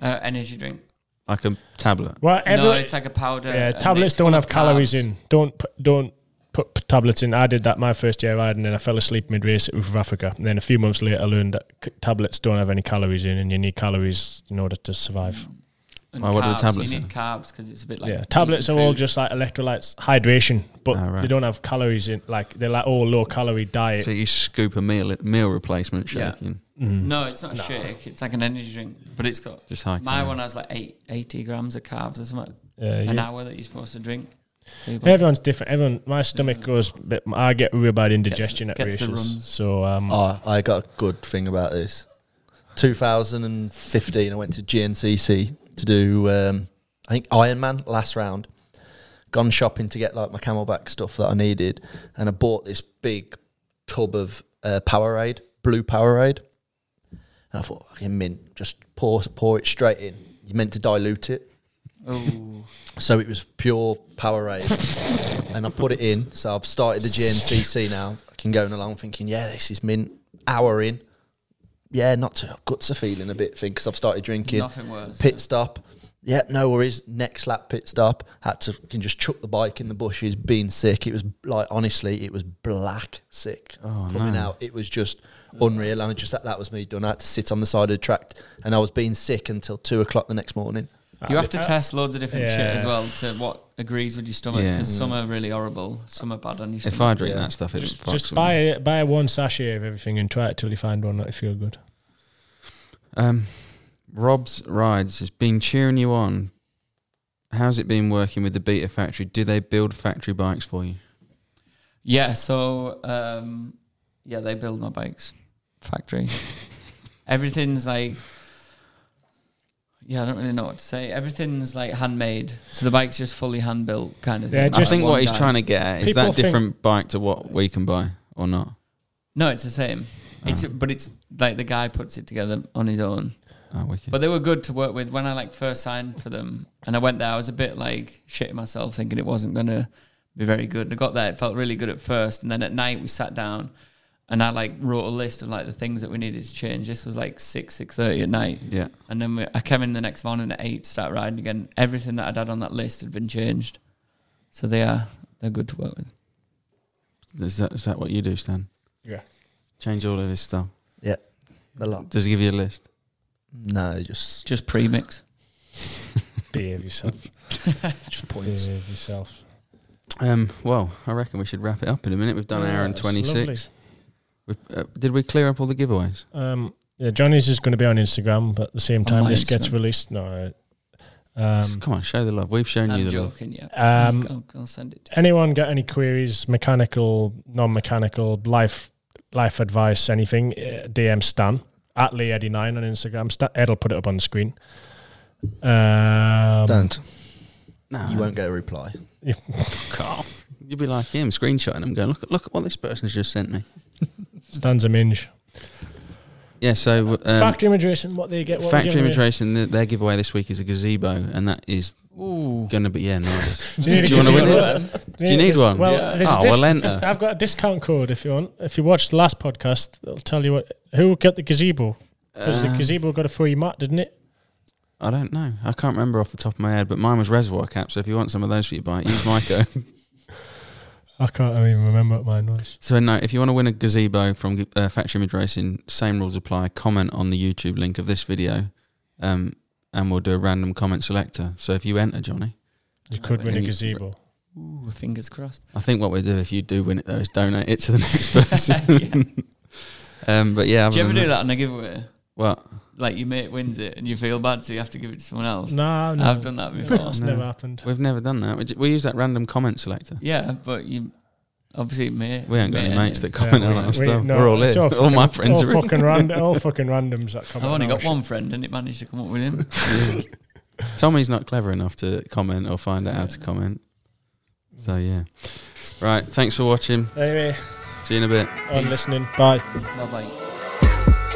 Uh, energy drink.
Like a tablet.
Well,
no,
everyone,
it's like a powder.
yeah,
and it's
tablets
full
don't
of
have calories
carbs.
in. Don't put, don't put p- tablets in. I did that my first year riding, and I fell asleep mid race with Africa. And then a few months later, I learned that c- tablets don't have any calories in, and you need calories in order to survive.
And
Well, what are the
carbs.
tablets
You
in?
need carbs because it's a bit Mm, like
yeah, tablets are
eating
all
food.
just like electrolytes, hydration, but
Ah, right.
they don't have calories in. Like they're like all low calorie diet.
So you scoop a meal meal replacement shake
Yeah.
in.
mm.
No, it's not a shake. It's like an energy drink, but it's got
Just high
My
calorie.
one has like eight, 80 grams of carbs or something.
Yeah,
an
Uh, you-
hour that you're supposed to drink.
Everyone's different. Everyone, my stomach goes. But I get really bad indigestion at
gets the
races.
runs.
So um,
Oh, I got a good thing about this. 2015, I went to GNCC to do, um, I think, Ironman last round. Gone shopping to get like my camelback stuff that I needed, and I bought this big tub of uh, Powerade, blue Powerade. And I thought, fucking mint, just pour pour it straight in. You meant to dilute it.
Oh,
So it was pure Powerade, and I put it in. So I've started the GNCC now. I can going along thinking, yeah, this is mint. Hour in, yeah, not too guts are feeling a bit thing because I've started drinking.
Nothing worse.
Pit stop, yeah, no worries. Next lap pit stop, had to can just chuck the bike in the bushes. Being sick, it was like honestly, it was black sick coming out. It was just unreal, and just that that was me done. I had to sit on the side of the track, and I was being sick until two o'clock the next morning.
you have to test loads of different shit
Uh, Yeah. Mm.
as well to what agrees with your stomach
Yeah.
because some are really horrible, some are bad on your stomach.
If I drink
Yeah.
that stuff, it
just,
fucks
just
me.
buy a, buy one sachet of everything and try it till you find one that you feel good.
Um, Rob's rides has been cheering you on. How's it been working with the Beta Factory? Do they build factory bikes for you?
Yeah, so um, yeah, they build my bikes. Factory. Everything's like yeah, I don't really know what to say. Everything's like handmade, so the bike's just fully hand built kind of thing.
Yeah,
Like
I
just-
think
one
what he's
guy-
trying to get at is
People
that
think-
different bike to what we can buy or not.
No, it's the same. It's
Ah.
but it's like the guy puts it together on his own.
Oh, wicked.
But they were good to work with. When I like first signed for them, and I went there, I was a bit like shitting myself, thinking it wasn't gonna be very good. And I got there, it felt really good at first, and then at night we sat down, and I like wrote a list of like the things that we needed to change. This was like six six thirty at night,
yeah.
and then we, I came in the next morning at eight, start riding again. Everything that I'd had on that list had been changed, so they are they're good to work with.
Is that, is that what you do, Stan?
Yeah.
Change all of his stuff.
Yeah, a lot.
Does he give you a list?
No, just
Just premix.
Behave yourself.
just points.
Behave yourself.
Um, well, I reckon we should wrap it up in a minute. We've done an hour and
That's
26. We, uh, did we clear up all the giveaways?
lovely. Um, yeah, Johnny's is going to be on Instagram, but at the same time,
my
this gets
Instagram.
released. No. uh, Um,
Come on, show the love. We've shown you
I'm
the love.
joking, yeah.
Um,
I'll, I'll send it. To you.
anyone got any queries, mechanical, non-mechanical, life, life advice, anything? uh, DM Stan at Lee Eddie Nine on Instagram. Stan, Ed will put it up on the screen. Um,
Don't.
No,
you won't get a reply.
Carl. You'd be like him, screenshotting him, going, look, look at what this person's just sent me.
Stanza Minge.
Yeah, so um,
Factory image racing, what they get. eh? What
Factory
image racing.
Immigration, th- their giveaway this week is a gazebo, and that is
Ooh.
going to be, yeah, nice.
Do you need a
wanna
gazebo?
it? Do you need one?
Well,
Yeah.
there's a
Oh,
dis-
well, enter.
I've got a discount code if you want. If you watched the last podcast, it'll tell you what who got the gazebo. Because the
Uh,
gazebo got a free mat, didn't it?
I don't know. I can't remember off the top of my head, but mine was reservoir cap. So if you want some of those for your bike, use my code.
I can't even remember what mine was.
So no, if you want to win a gazebo from uh, Factory Image Racing, same rules apply. Comment on the YouTube link of this video, um, and we'll do a random comment selector. So if you enter, Johnny,
You could win a
any-
gazebo.
Ooh, fingers crossed.
I think what we do if you do win it though is donate it to the next person. um, but yeah,
Do you
other
ever
than
do that on a giveaway?
What?
Like your mate wins it and you feel bad, so you have to give it to someone else.
No, no.
I've done that before.
That's
No.
never happened.
We've never done that. We, ju- we use that random comment selector.
Yeah, but you obviously mate.
We ain't got any
mate
mates that
areas.
comment
Yeah,
on
we-
our
we-
stuff.
no,
We're all
it's
in. All, my friends
all
are in.
fucking rand- all fucking randoms that come.
I've only
on
got
our
one friend and it managed to come up with him.
Tommy's not clever enough to comment or find out how to comment. So yeah. Right. Thanks for watching.
show. Anyway,
See you in a bit.
on
Peace.
listening. Bye.
bye bye.